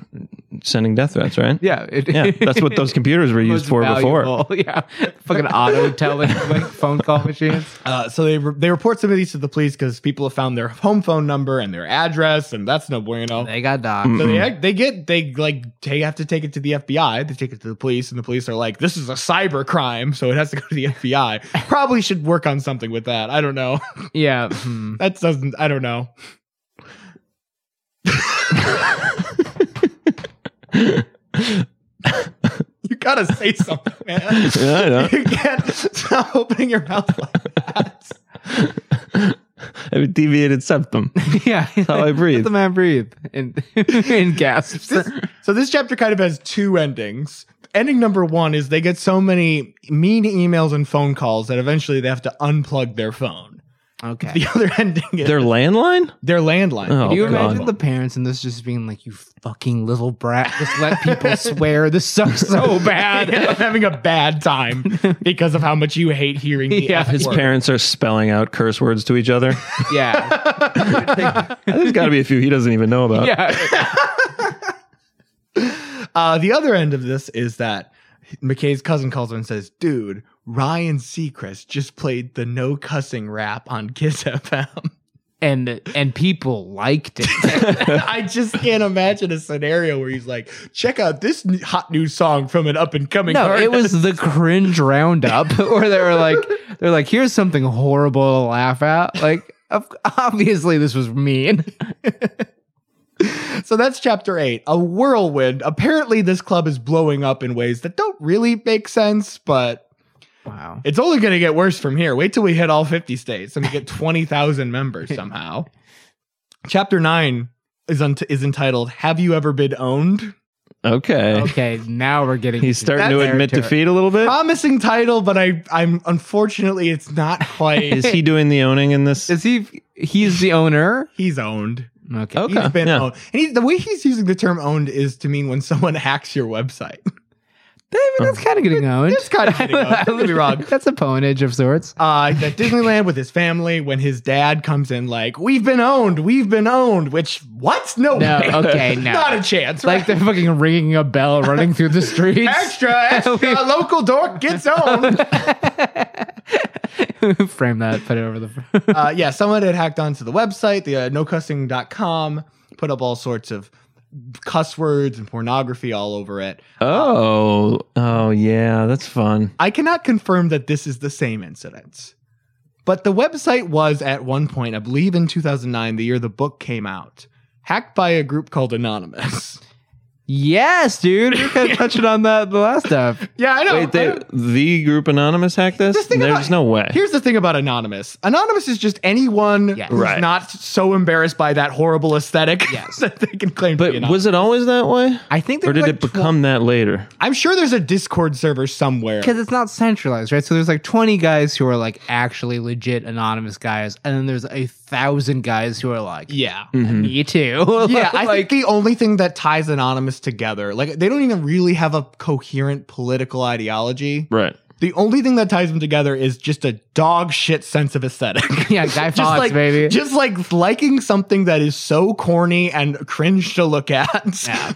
Speaker 6: sending death threats, right?
Speaker 5: yeah, it,
Speaker 6: Yeah, that's what those computers were used
Speaker 5: most
Speaker 6: for before.
Speaker 5: valuable. Yeah, fucking auto telling like phone call machines.
Speaker 4: Uh, so they re- they report some of these to the police because people have found their home phone number and their address, and that's no bueno.
Speaker 5: They got dogs.
Speaker 6: Mm.
Speaker 4: so they they get they like they have to take it to the FBI. They take it to the police, and the police are like, "This is a cyber crime, so it has to go to the FBI." Probably should work on something with that. I don't know.
Speaker 5: Yeah, hmm.
Speaker 4: That doesn't. I don't know. you gotta say something, man.
Speaker 6: Yeah, I know.
Speaker 4: You can't stop opening your mouth like that.
Speaker 6: I have a deviated septum.
Speaker 5: yeah.
Speaker 6: how I breathe.
Speaker 5: Let the man breathe in, in gasps.
Speaker 4: So this chapter kind of has two endings. Ending number one is they get so many mean emails and phone calls that eventually they have to unplug their phone.
Speaker 5: Okay.
Speaker 4: The other ending is
Speaker 6: Their landline?
Speaker 4: their landline.
Speaker 6: Oh,
Speaker 5: Do you
Speaker 6: God.
Speaker 5: imagine the parents in this just being like, "You fucking little brat, just let people swear. This sucks so bad."
Speaker 4: I'm having a bad time because of how much you hate hearing the
Speaker 5: Yeah,
Speaker 4: F
Speaker 6: His
Speaker 4: word.
Speaker 6: parents are spelling out curse words to each other.
Speaker 5: Yeah,
Speaker 6: There's got to be a few he doesn't even know about.
Speaker 5: yeah.
Speaker 4: Uh, the other end of this is that McKay's cousin calls him and says, "Dude, Ryan Seacrest just played the no cussing rap on Kiss FM."
Speaker 5: And and people liked it.
Speaker 4: I just can't imagine a scenario where he's like, "Check out this n- hot new song from an up and coming."
Speaker 5: No,
Speaker 4: artist."
Speaker 5: it was the cringe roundup, where they were like, "They're like, here's something horrible to laugh at." Like, of, obviously, this was mean.
Speaker 4: So that's chapter eight, a whirlwind. Apparently, this club is blowing up in ways that don't really make sense, but
Speaker 5: Wow.
Speaker 4: it's only going to get worse from here. Wait till we hit all 50 states and we get 20,000 members somehow. Chapter 9 is unt is entitled Have You Ever Been Owned?
Speaker 6: Okay.
Speaker 5: Okay, now we're getting.
Speaker 6: He's
Speaker 5: into
Speaker 6: starting to
Speaker 5: territory.
Speaker 6: admit defeat a little bit.
Speaker 4: Promising title, but I I'm unfortunately it's not
Speaker 6: Is
Speaker 4: quite
Speaker 6: he doing the owning in this?
Speaker 5: Is he? He's the owner.
Speaker 4: he's owned.
Speaker 5: Okay.
Speaker 6: Okay.
Speaker 4: He's been
Speaker 6: yeah.
Speaker 4: owned. And he, the way he's using the term owned is to mean when someone hacks your website.
Speaker 5: I mean,
Speaker 6: Oh.
Speaker 5: that's kind of getting owned.
Speaker 4: It's kind of getting owned. Don't get me wrong.
Speaker 5: That's a ponage of sorts.
Speaker 4: uh, at Disneyland with his family when his dad comes in like, "We've been owned, we've been owned." Which what? No,
Speaker 5: No,
Speaker 4: way.
Speaker 5: okay, no.
Speaker 4: not a chance. Right?
Speaker 5: Like they're fucking ringing a bell, running through the streets.
Speaker 4: extra, extra, local dork gets owned.
Speaker 5: Frame that, put it over the.
Speaker 4: uh, yeah, someone had hacked onto the website, the uh, nocussing.com, put up all sorts of cuss words and pornography all over it.
Speaker 6: Oh, oh yeah, that's fun.
Speaker 4: I cannot confirm that this is the same incident. But the website was at one point, I believe in 2009, the year the book came out, hacked by a group called Anonymous.
Speaker 5: yes, dude. We We're kind of touching on that the last stuff.
Speaker 4: Yeah, I know.
Speaker 6: Wait, they, the group Anonymous hacked this?
Speaker 4: Just think
Speaker 6: There's
Speaker 4: about-
Speaker 6: no way.
Speaker 4: Here's the thing about Anonymous. Anonymous is just anyone
Speaker 5: Yes.
Speaker 4: who's
Speaker 6: Right.
Speaker 4: not so embarrassed by that horrible aesthetic
Speaker 5: Yes.
Speaker 4: that they can claim to
Speaker 6: but
Speaker 4: be anonymous.
Speaker 6: was it always that way?
Speaker 5: I think
Speaker 6: Or did it become that later?
Speaker 4: I'm sure there's a Discord server somewhere.
Speaker 5: because it's not centralized, right? So there's like 20 guys who are like actually legit anonymous guys, and then there's a thousand guys who are like,
Speaker 4: Yeah.
Speaker 5: me too.
Speaker 4: Mm-hmm. Yeah, I
Speaker 5: like,
Speaker 4: think the only thing that ties Anonymous together, like they don't even really have a coherent political ideology.
Speaker 6: Right.
Speaker 4: The only thing that ties them together is just a dog shit sense of aesthetic.
Speaker 5: yeah, Guy
Speaker 4: just
Speaker 5: Fawkes,
Speaker 4: like
Speaker 5: baby.
Speaker 4: just like liking something that is so corny and cringe to look at.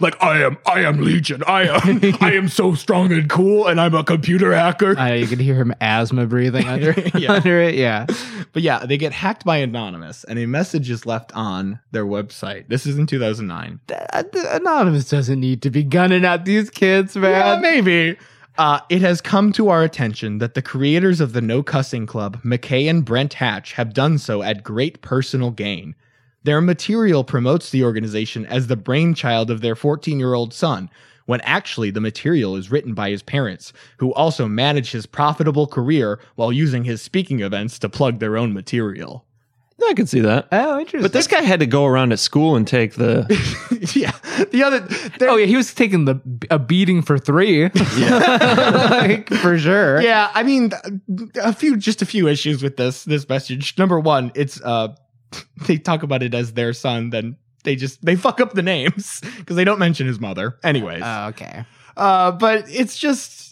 Speaker 4: like I am I am Legion. I am I am so strong and cool and I'm a computer hacker.
Speaker 5: uh, you could hear him asthma breathing under,
Speaker 4: Yeah.
Speaker 5: under it. Yeah.
Speaker 4: but yeah, they get hacked by Anonymous and a message is left on their website. This is in 2009.
Speaker 5: Uh, th- Anonymous doesn't need to be gunning at these kids,
Speaker 4: Yeah,
Speaker 5: man.
Speaker 4: maybe. Uh, it has come to our attention that the creators of the No Cussing Club, McKay and Brent Hatch, have done so at great personal gain. Their material promotes the organization as the brainchild of their 14 year old son, when actually the material is written by his parents, who also manage his profitable career while using his speaking events to plug their own material.
Speaker 6: I could see that.
Speaker 5: oh, interesting.
Speaker 6: But this guy had to go around at school and take the.
Speaker 4: yeah. The other.
Speaker 5: oh yeah, he was taking the a beating for three. like for sure.
Speaker 4: Yeah, I mean, th- a few, just a few issues with this this message. Number one, it's uh, they talk about it as their son, then they just they fuck up the names because they don't mention his mother. Anyways, uh,
Speaker 5: Oh, okay.
Speaker 4: but it's just.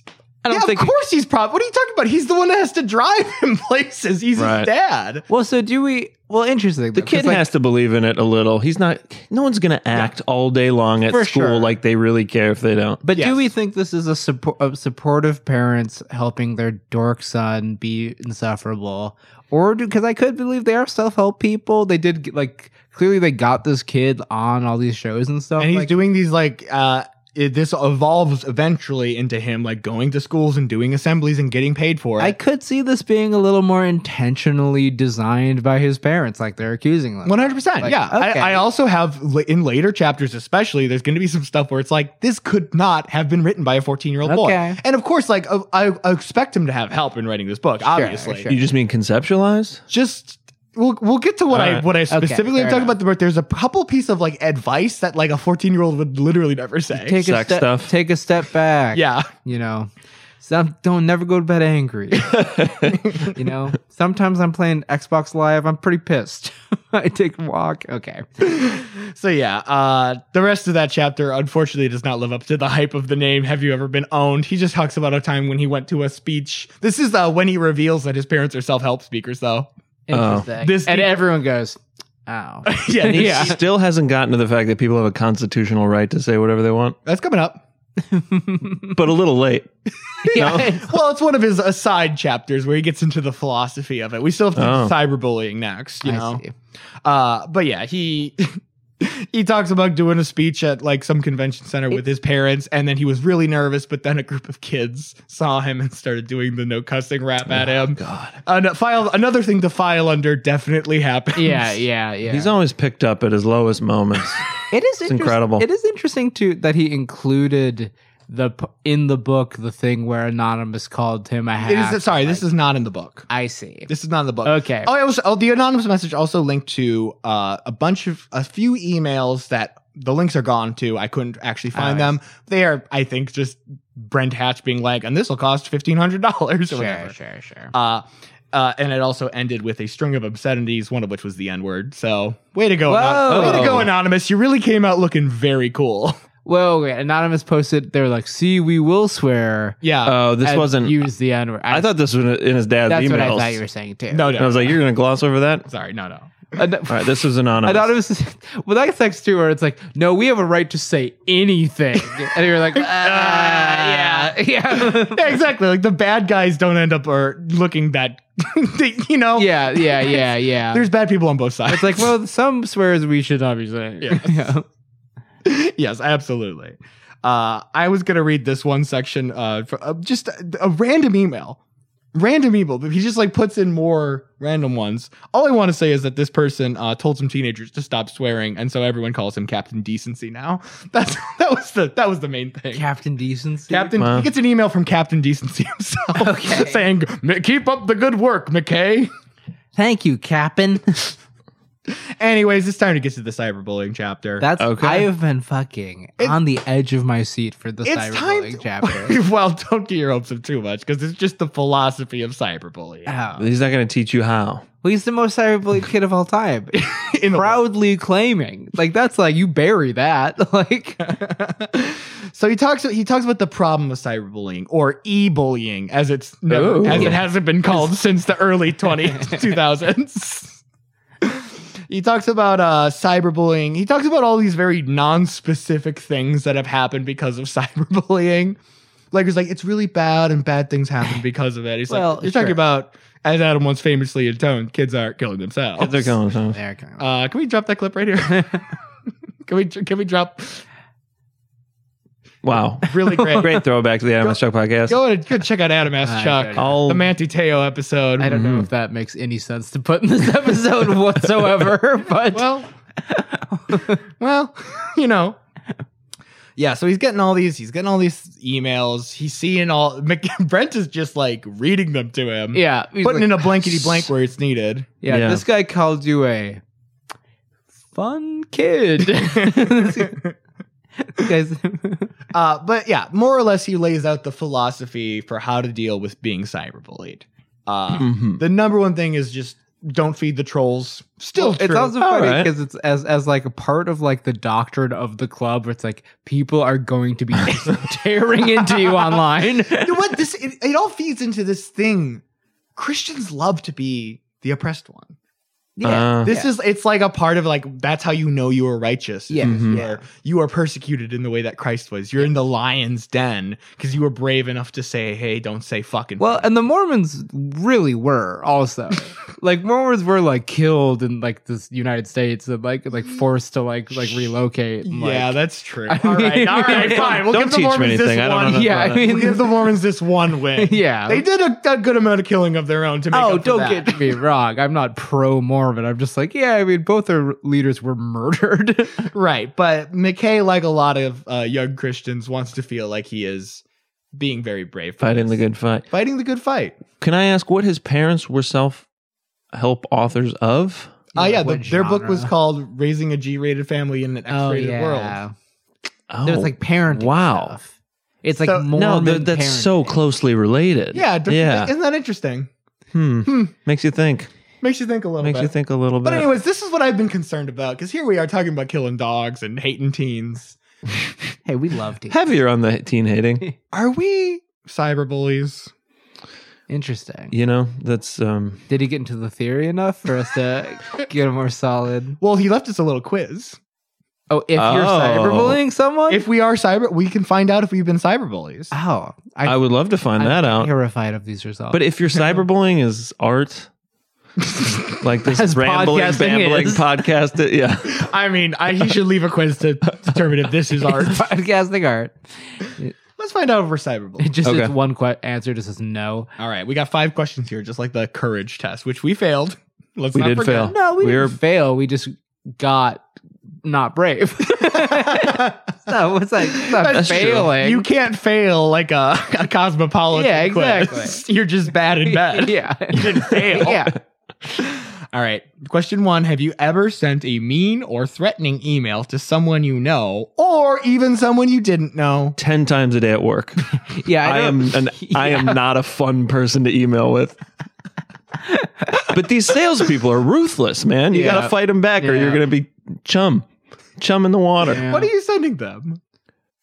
Speaker 5: I don't
Speaker 4: yeah,
Speaker 5: think-
Speaker 4: of course he's prob. What are you talking about? He's the one that has to drive him places. He's
Speaker 6: Right.
Speaker 4: his dad.
Speaker 5: Well, so do we? Well, interesting.
Speaker 6: The kid has to believe in it a little. He's not. No one's going to act all day long at
Speaker 5: For
Speaker 6: school
Speaker 5: sure.
Speaker 6: like they really care if they don't.
Speaker 5: But
Speaker 4: Yes.
Speaker 5: do we think this is a, support, of supportive parents helping their dork son be insufferable, or do because I could believe they are self help people? They did get, Oh, like clearly they got this kid on all these shows and stuff.
Speaker 4: And he's
Speaker 5: like,
Speaker 4: doing these like uh it, this evolves eventually into him like going to schools and doing assemblies and getting paid for it.
Speaker 5: I could see this being a little more intentionally designed by his parents, like they're accusing them.
Speaker 4: One hundred percent.
Speaker 5: Like,
Speaker 4: Yeah.
Speaker 5: okay.
Speaker 4: I, I also have la- in later chapters, especially, there's going to be some stuff where it's like this could not have been written by a fourteen year old boy.
Speaker 5: Okay.
Speaker 4: And of course, like uh, I, I expect him to have help in writing this book. obviously,
Speaker 5: sure.
Speaker 6: You just mean conceptualized?
Speaker 4: just we'll we'll get to what I
Speaker 6: Alright.
Speaker 4: what I specifically
Speaker 5: Uh,
Speaker 4: am talking
Speaker 5: fair enough.
Speaker 4: about. The book. There's a couple piece of like advice that like a fourteen year old would literally never say.
Speaker 5: take a
Speaker 6: Sex
Speaker 5: step,
Speaker 6: stuff.
Speaker 5: Take a step back.
Speaker 4: yeah.
Speaker 5: you know. Some don't never go to bed angry. you know, sometimes I'm playing Xbox Live. I'm pretty pissed. I take a walk. Okay,
Speaker 4: Oh. So yeah, uh, the rest of that chapter unfortunately does not live up to the hype of the name. Have you ever been owned? He just talks about a time when he went to a speech. This is uh, when he reveals that his parents are self help speakers, though.
Speaker 5: interesting.
Speaker 4: This- e-
Speaker 5: and everyone goes, "Oh, "Ow."
Speaker 4: yeah,
Speaker 6: It
Speaker 4: yeah.
Speaker 6: still hasn't gotten to the fact that people have a constitutional right to say whatever they want,
Speaker 4: That's coming up.
Speaker 6: but a little late.
Speaker 5: yeah,
Speaker 4: Well, it's one of his aside chapters where he gets into the philosophy of it. We still have to
Speaker 6: Oh.
Speaker 4: do cyberbullying next, you
Speaker 5: I
Speaker 4: know.
Speaker 5: see.
Speaker 4: Uh, but yeah, he he talks about doing a speech at like some convention center with his parents, and then he was really nervous. But then a group of kids saw him and started doing the no cussing rap at
Speaker 5: Oh,
Speaker 4: him.
Speaker 6: God.
Speaker 4: An- file another thing to file under definitely happens.
Speaker 5: yeah, yeah, yeah.
Speaker 6: He's always picked up at his lowest moments.
Speaker 5: It is interest-
Speaker 6: incredible.
Speaker 5: It is interesting too that he included the p- in the book the thing where Anonymous called him a hack.
Speaker 4: It is sorry, this is not in the book.
Speaker 5: I see.
Speaker 4: This is not in the book.
Speaker 5: Okay.
Speaker 4: Oh, I also, oh, the anonymous message also linked to uh, a bunch of a few emails that the links are gone to. I couldn't actually find
Speaker 5: I
Speaker 4: them. They are, I think, just Brent Hatch being like, and this will cost fifteen hundred dollars or
Speaker 5: Sure,
Speaker 4: whatever.
Speaker 5: sure, sure.
Speaker 4: Uh, uh, and it also ended with a string of obscenities, one of which was the N word. So, way to go, anon-
Speaker 5: Whoa.
Speaker 4: way to go, anonymous! You really came out looking very cool.
Speaker 5: well, wait, Anonymous posted. They were like, "See, we will swear."
Speaker 4: yeah.
Speaker 6: Oh, this
Speaker 5: and
Speaker 6: wasn't.
Speaker 5: use the N word.
Speaker 6: I thought this was in his dad's
Speaker 5: that's
Speaker 6: emails.
Speaker 5: what I thought you were saying too.
Speaker 4: no, no.
Speaker 6: And I was like, you're going to gloss over that?
Speaker 4: sorry, no, no.
Speaker 5: An-
Speaker 6: All right, this was anonymous.
Speaker 5: Anonymous. Is, well, that sucks too. Where it's like, no, we have a right to say anything, and you're like, ah, yeah, Uh, yeah.
Speaker 4: Yeah, exactly. Like the bad guys don't end up or looking that, they- you know.
Speaker 5: Yeah, yeah, yeah, yeah.
Speaker 4: There's bad people on both sides.
Speaker 5: it's like, well, some swears we should not be saying.
Speaker 4: Yes. yes, absolutely. Uh, I was gonna read this one section, uh, for, uh, just a, a random email, random email, but he just like puts in more random ones. All I want to say is that this person uh, told some teenagers to stop swearing, and so everyone calls him Captain Decency now. That's that was the that was the main thing.
Speaker 5: Captain Decency.
Speaker 4: Captain,
Speaker 6: Wow.
Speaker 4: he gets an email from Captain Decency himself
Speaker 5: Okay.
Speaker 4: saying, "M- "Keep up the good work, McKay."
Speaker 5: Thank you, Captain.
Speaker 4: Anyways, it's time to get to the cyberbullying chapter.
Speaker 5: That's
Speaker 6: Okay.
Speaker 5: I have been fucking
Speaker 4: It-
Speaker 5: on the edge of my seat for the
Speaker 4: it's time
Speaker 5: cyberbullying
Speaker 4: to,
Speaker 5: chapter.
Speaker 4: well, don't get your hopes up too much because it's just the philosophy of cyberbullying.
Speaker 5: Oh.
Speaker 6: He's not going to teach you how.
Speaker 5: Well, he's the most cyberbullied kid of all time.
Speaker 4: In the
Speaker 5: Proudly claiming. Like that's like you bury that. Like
Speaker 4: so he talks. He talks about the problem of cyberbullying or e-bullying, as it's never,
Speaker 6: Ooh.
Speaker 4: as it hasn't been called since the early 20, 2000s. He talks about uh, cyberbullying. He talks about all these very non-specific things that have happened because of cyberbullying. Like he's like, it's really bad, and bad things happen because of it. He's
Speaker 5: Well,
Speaker 4: like, you're
Speaker 5: sure.
Speaker 4: talking about, as Adam once famously intoned, kids aren't killing themselves.
Speaker 6: They're going. So.
Speaker 5: there it comes.
Speaker 4: Uh, can we drop that clip right here? can we? Can we drop?
Speaker 6: Wow.
Speaker 4: Really great.
Speaker 6: Great throwback to the Adam and Chuck podcast.
Speaker 4: Go and go check out Adam Ask
Speaker 5: I
Speaker 4: Chuck,
Speaker 5: gotta-
Speaker 6: I'll-
Speaker 4: the Manti Teo episode.
Speaker 5: I don't know if that makes any sense to put in this episode whatsoever, but
Speaker 4: Well, well, you know. Yeah, so he's getting all these. He's getting all these emails. He's seeing all. Mc, Brent is just like reading them to him.
Speaker 5: yeah, he's
Speaker 4: putting
Speaker 5: like-
Speaker 4: in a blankety blank where it's needed.
Speaker 5: Yeah,
Speaker 6: Yeah.
Speaker 5: this guy called you a fun kid. This guys,
Speaker 4: Uh, but yeah, more or less, he lays out the philosophy for how to deal with being cyberbullied. Uh,
Speaker 6: Mhm.
Speaker 4: The number one thing is just don't feed the trolls. Still,
Speaker 5: it's
Speaker 4: true.
Speaker 5: also
Speaker 6: All
Speaker 5: funny
Speaker 6: right.
Speaker 5: because it's as as like a part of like the doctrine of the club, where it's like people are going to be tearing into you online.
Speaker 4: you know what? This it, it all feeds into this thing. Christians love to be the oppressed one.
Speaker 5: Yeah.
Speaker 6: Uh,
Speaker 4: This is it's like a part of like that's how you know you are righteous.
Speaker 5: Yeah,
Speaker 4: You
Speaker 5: yeah.
Speaker 4: are you are persecuted in the way that Christ was. You're in the lion's den because you were brave enough to say, "Hey, don't say fucking."
Speaker 5: Well, and the Mormons really were also like Mormons were like killed in like this United States and like like forced to like like relocate. And,
Speaker 4: yeah,
Speaker 5: like,
Speaker 4: that's true.
Speaker 5: I
Speaker 4: all right,
Speaker 5: mean-
Speaker 4: all right, fine. We'll
Speaker 6: Don't
Speaker 4: give the
Speaker 6: teach me
Speaker 4: Mormons this
Speaker 6: anything. I don't
Speaker 4: one.
Speaker 6: know
Speaker 5: yeah. I
Speaker 4: We'll give
Speaker 5: mean,
Speaker 4: the Mormons this one win.
Speaker 5: Yeah.
Speaker 4: they did a, a good amount of killing of their own to make
Speaker 5: oh,
Speaker 4: up for
Speaker 5: don't
Speaker 4: that.
Speaker 5: get me wrong. I'm not pro Mormon. I'm just like, yeah. I mean, both their leaders were murdered.
Speaker 4: Right, but McKay, like a lot of uh, young Christians, wants to feel like he is being very brave, for
Speaker 6: fighting the
Speaker 4: this.
Speaker 6: good fight.
Speaker 4: fighting the good fight.
Speaker 6: Can I ask what his parents were self help authors of?
Speaker 4: Oh yeah, the,
Speaker 5: what
Speaker 4: their book was
Speaker 5: genre?
Speaker 4: called "Raising a G-rated Family in an X-rated World."
Speaker 6: Oh,
Speaker 5: There's like parenting.
Speaker 6: Wow.
Speaker 5: stuff. It's like
Speaker 4: So-
Speaker 5: Mormon.
Speaker 6: no, th- that's so
Speaker 5: parenting.
Speaker 6: closely related.
Speaker 4: Yeah, don't you
Speaker 6: yeah.
Speaker 4: think- isn't that interesting?
Speaker 6: Hmm. Makes you think.
Speaker 4: Makes you think a little
Speaker 6: Makes
Speaker 4: bit.
Speaker 6: you think a little bit.
Speaker 4: But anyways, this is what I've been concerned about because here we are talking about killing dogs and hating teens.
Speaker 5: Hey, we love to.
Speaker 6: heavier on the teen hating.
Speaker 4: Are we cyberbullies?
Speaker 5: Interesting.
Speaker 6: you know, that's um.
Speaker 5: Did he get into the theory enough for us to get a more solid?
Speaker 4: Well, he left us a little quiz.
Speaker 5: Oh, if you're
Speaker 6: Oh.
Speaker 5: cyberbullying someone,
Speaker 4: If we are cyber, we can find out if we've been cyberbullies.
Speaker 5: oh, I,
Speaker 6: I would love to find
Speaker 5: I'm
Speaker 6: that out.
Speaker 5: Terrified of these results,
Speaker 6: But if your cyberbullying is art, like this
Speaker 5: As
Speaker 6: rambling,
Speaker 5: podcasting
Speaker 6: bambling
Speaker 5: is.
Speaker 6: podcast, that- yeah,
Speaker 4: I mean, I, he should leave a quiz to determine if this is art.
Speaker 5: It's podcasting art,
Speaker 4: Let's find out if we're cyberbullies.
Speaker 5: it just
Speaker 6: Okay.
Speaker 5: it's one que- answer just says no.
Speaker 4: All right, we got five questions here, just like the courage test, which we failed. Let's
Speaker 6: We
Speaker 4: not
Speaker 6: did
Speaker 4: forget.
Speaker 6: fail.
Speaker 5: No, we
Speaker 6: We're-
Speaker 5: didn't fail. We just got not brave. no, it's like it's not
Speaker 4: That's
Speaker 6: true.
Speaker 5: failing.
Speaker 4: You can't fail like a, a cosmopolitan.
Speaker 5: Yeah,
Speaker 4: quiz.
Speaker 5: exactly.
Speaker 4: You're just bad in bed.
Speaker 5: yeah,
Speaker 4: You didn't fail.
Speaker 5: yeah.
Speaker 4: All right. Question one Have you ever sent a mean or threatening email to someone you know or even someone you didn't know?
Speaker 6: ten times a day at work.
Speaker 5: Yeah,
Speaker 6: I,
Speaker 5: don't-
Speaker 6: am an, I am not a fun person to email with. but these salespeople are ruthless, man. You
Speaker 5: Yeah.
Speaker 6: got to fight them back, or
Speaker 5: Yeah.
Speaker 6: you're going to be chum, chum in the water.
Speaker 5: Yeah.
Speaker 4: What are you sending them?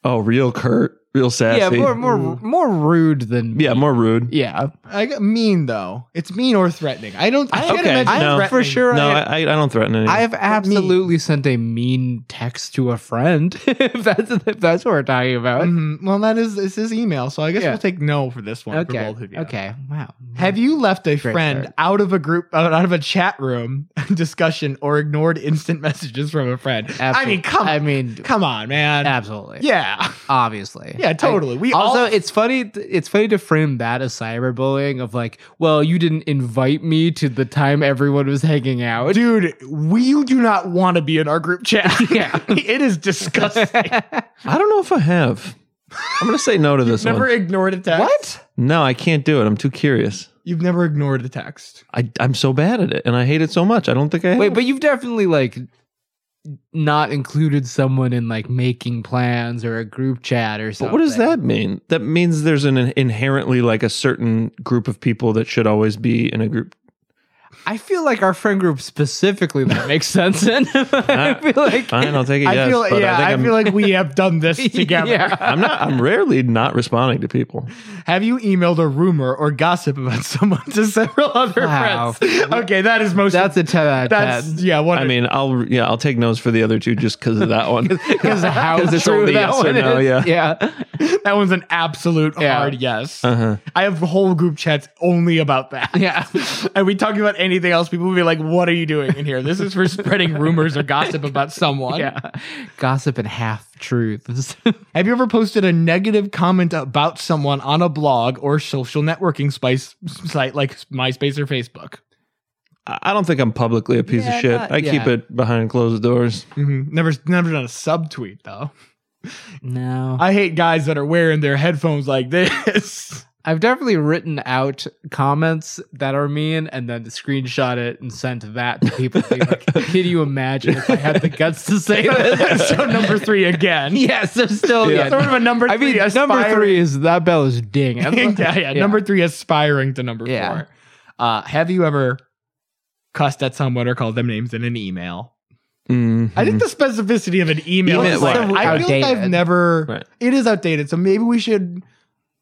Speaker 6: Oh, real curt, real sassy.
Speaker 5: yeah, more more more rude than
Speaker 6: Yeah, more Uh, rude.
Speaker 5: yeah.
Speaker 4: I got mean though. It's mean or threatening. I don't. I can't
Speaker 6: Okay,
Speaker 4: imagine.
Speaker 6: no.
Speaker 5: I for
Speaker 4: threatening.
Speaker 5: sure
Speaker 6: No,
Speaker 5: I-
Speaker 6: I, I I don't threaten anyone.
Speaker 5: I've absolutely sent a mean text to a friend. if that's if that's what we're talking about.
Speaker 6: Mm-hmm.
Speaker 4: Mhm. Well, that is this is email, so I guess
Speaker 5: Yeah.
Speaker 4: we'll take no for this one.
Speaker 5: Okay.
Speaker 4: For both of you.
Speaker 5: Okay. Wow.
Speaker 4: Have you left a friend
Speaker 5: start.
Speaker 4: out of a group, out out of a chat room discussion, or ignored instant messages from a friend? I mean,
Speaker 5: Absolute-
Speaker 4: come,
Speaker 5: I mean,
Speaker 4: come on, man.
Speaker 5: absolutely.
Speaker 4: Yeah,
Speaker 5: Obviously.
Speaker 4: yeah, totally. We
Speaker 5: I- also,
Speaker 4: all,
Speaker 5: it's funny. It's funny to frame that as cyberbullying. Of like, well, you didn't invite me to the time everyone was hanging out.
Speaker 4: dude, we do not want to be in our group chat.
Speaker 5: Yeah.
Speaker 4: it is disgusting.
Speaker 6: I don't know if I have. I'm going to say no to this
Speaker 4: Never
Speaker 6: one.
Speaker 4: ignored a text.
Speaker 5: What?
Speaker 6: No, I can't do it. I'm too curious.
Speaker 4: You've never ignored a text.
Speaker 6: I, I'm so bad at it, and I hate it so much. I don't think I.
Speaker 5: Wait,
Speaker 6: have.
Speaker 5: but you've definitely like not included someone in like making plans or a group chat or something.
Speaker 6: But what does that mean? That means there's an inherently like a certain group of people that should always be in a group.
Speaker 5: I feel like our friend group specifically that makes sense in. I feel like
Speaker 6: Fine, I'll take it.
Speaker 4: I
Speaker 6: yes,
Speaker 4: feel,
Speaker 6: but
Speaker 4: yeah, I,
Speaker 6: I think I
Speaker 4: feel
Speaker 6: am
Speaker 4: like we have done this together.
Speaker 5: Yeah.
Speaker 6: I'm not. I'm rarely not responding to people.
Speaker 4: Have you emailed a rumor or gossip about someone to several other
Speaker 5: Wow.
Speaker 4: friends? Okay, that is most.
Speaker 5: That's a 10 out of
Speaker 4: that's
Speaker 5: 10.
Speaker 4: yeah. What
Speaker 6: I mean, I'll yeah, I'll take no's for the other two just because of that one.
Speaker 5: Because how
Speaker 6: 'Cause it's
Speaker 5: true
Speaker 6: only
Speaker 5: that
Speaker 6: yes or
Speaker 5: one
Speaker 6: no,
Speaker 5: is.
Speaker 6: yeah.
Speaker 5: Yeah.
Speaker 4: that one's an absolute
Speaker 5: Yeah.
Speaker 4: hard yes.
Speaker 6: Uh-huh.
Speaker 4: I have whole group chats only about that.
Speaker 5: Yeah.
Speaker 4: and we talk about anything else, people would be like, "What are you doing in here? This is for spreading rumors or gossip about someone."
Speaker 5: Yeah. Gossip and half truths.
Speaker 4: Have you ever posted a negative comment about someone on a blog or social networking spice site like MySpace or Facebook?
Speaker 6: I I don't think I'm publicly a piece
Speaker 5: Yeah,
Speaker 6: of shit.
Speaker 5: not-
Speaker 6: I keep
Speaker 5: yeah.
Speaker 6: it behind closed doors.
Speaker 4: Mhm. Never, never done a subtweet though.
Speaker 5: no.
Speaker 4: I hate guys that are wearing their headphones like this.
Speaker 5: I've definitely written out comments that are mean and then screenshot it and sent that to people. Be like, Can you imagine if I had the guts to say this?
Speaker 4: so number three again.
Speaker 5: yes, I'm still.
Speaker 6: Yeah.
Speaker 5: Yeah.
Speaker 4: Sort of a number
Speaker 5: I mean,
Speaker 4: three
Speaker 5: number
Speaker 4: aspiring-
Speaker 5: three is that bell is dinging.
Speaker 4: yeah, yeah, Number three aspiring to number
Speaker 5: Yeah.
Speaker 4: four. Uh, have you ever cussed at someone or called them names in an email?
Speaker 6: Mhm.
Speaker 4: I think the specificity of an email
Speaker 6: Even
Speaker 4: is
Speaker 6: if
Speaker 4: like,
Speaker 6: it's
Speaker 4: I feel like I've
Speaker 5: outdated.
Speaker 4: never,
Speaker 6: Right.
Speaker 4: it is outdated. So maybe we should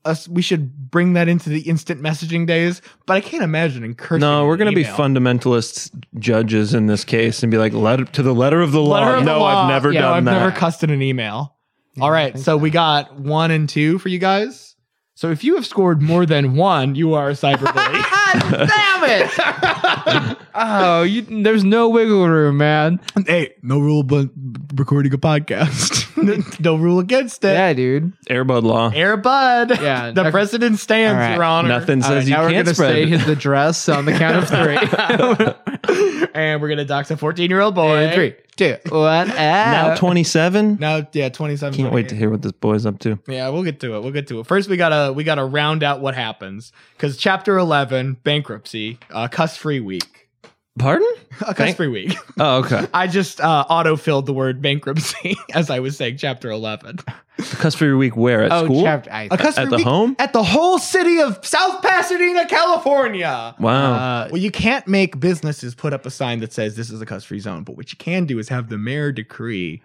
Speaker 4: us we should bring that into the instant messaging days, but I can't imagine encouraging.
Speaker 6: No, we're going to be
Speaker 4: email.
Speaker 6: fundamentalist judges in this case and be like, letter to the letter of the law.
Speaker 4: Letter of the
Speaker 6: no,
Speaker 4: law.
Speaker 6: I've never
Speaker 5: Yeah,
Speaker 4: No,
Speaker 6: done
Speaker 4: I've
Speaker 6: that.
Speaker 4: never cussed in an email. All right, so we got one and two for you guys. So if you have scored more than one, you are a cyberbully.
Speaker 5: Damn it! oh, you, there's no wiggle room, man.
Speaker 4: hey, no rule but recording a podcast. no rule against it.
Speaker 5: Yeah, dude.
Speaker 6: Airbud law.
Speaker 4: Air Bud.
Speaker 5: Yeah.
Speaker 4: the president stands,
Speaker 5: All right.
Speaker 4: Your Honor.
Speaker 6: Nothing
Speaker 5: All right,
Speaker 6: says you
Speaker 5: now we're
Speaker 6: can't
Speaker 5: gonna say
Speaker 6: spread.
Speaker 5: his address on the count of three.
Speaker 4: And we're gonna dox a 14 year old boy.
Speaker 5: And three, two, one. Uh,
Speaker 6: Now 27?
Speaker 4: No, yeah, 27.
Speaker 6: Can't wait to hear what this boy's up to.
Speaker 4: Yeah, we'll get to it. We'll get to it. First, we gotta we gotta round out what happens because chapter 11 bankruptcy, uh, cuss free week,
Speaker 6: Pardon?
Speaker 4: uh, cuss
Speaker 6: Bank-
Speaker 4: free week.
Speaker 6: Oh, okay.
Speaker 4: I just uh, auto filled the word bankruptcy as I was saying chapter 11.
Speaker 6: Custody week where? At
Speaker 5: Oh,
Speaker 6: school?
Speaker 5: chapter. I,
Speaker 4: A cuss
Speaker 6: At
Speaker 4: free
Speaker 6: the
Speaker 4: week
Speaker 6: home?
Speaker 4: at the whole city of South Pasadena, California.
Speaker 6: Wow.
Speaker 5: uh,
Speaker 4: Well, you can't make businesses put up a sign that says this is a cuss free zone, but what you can do is have the mayor decree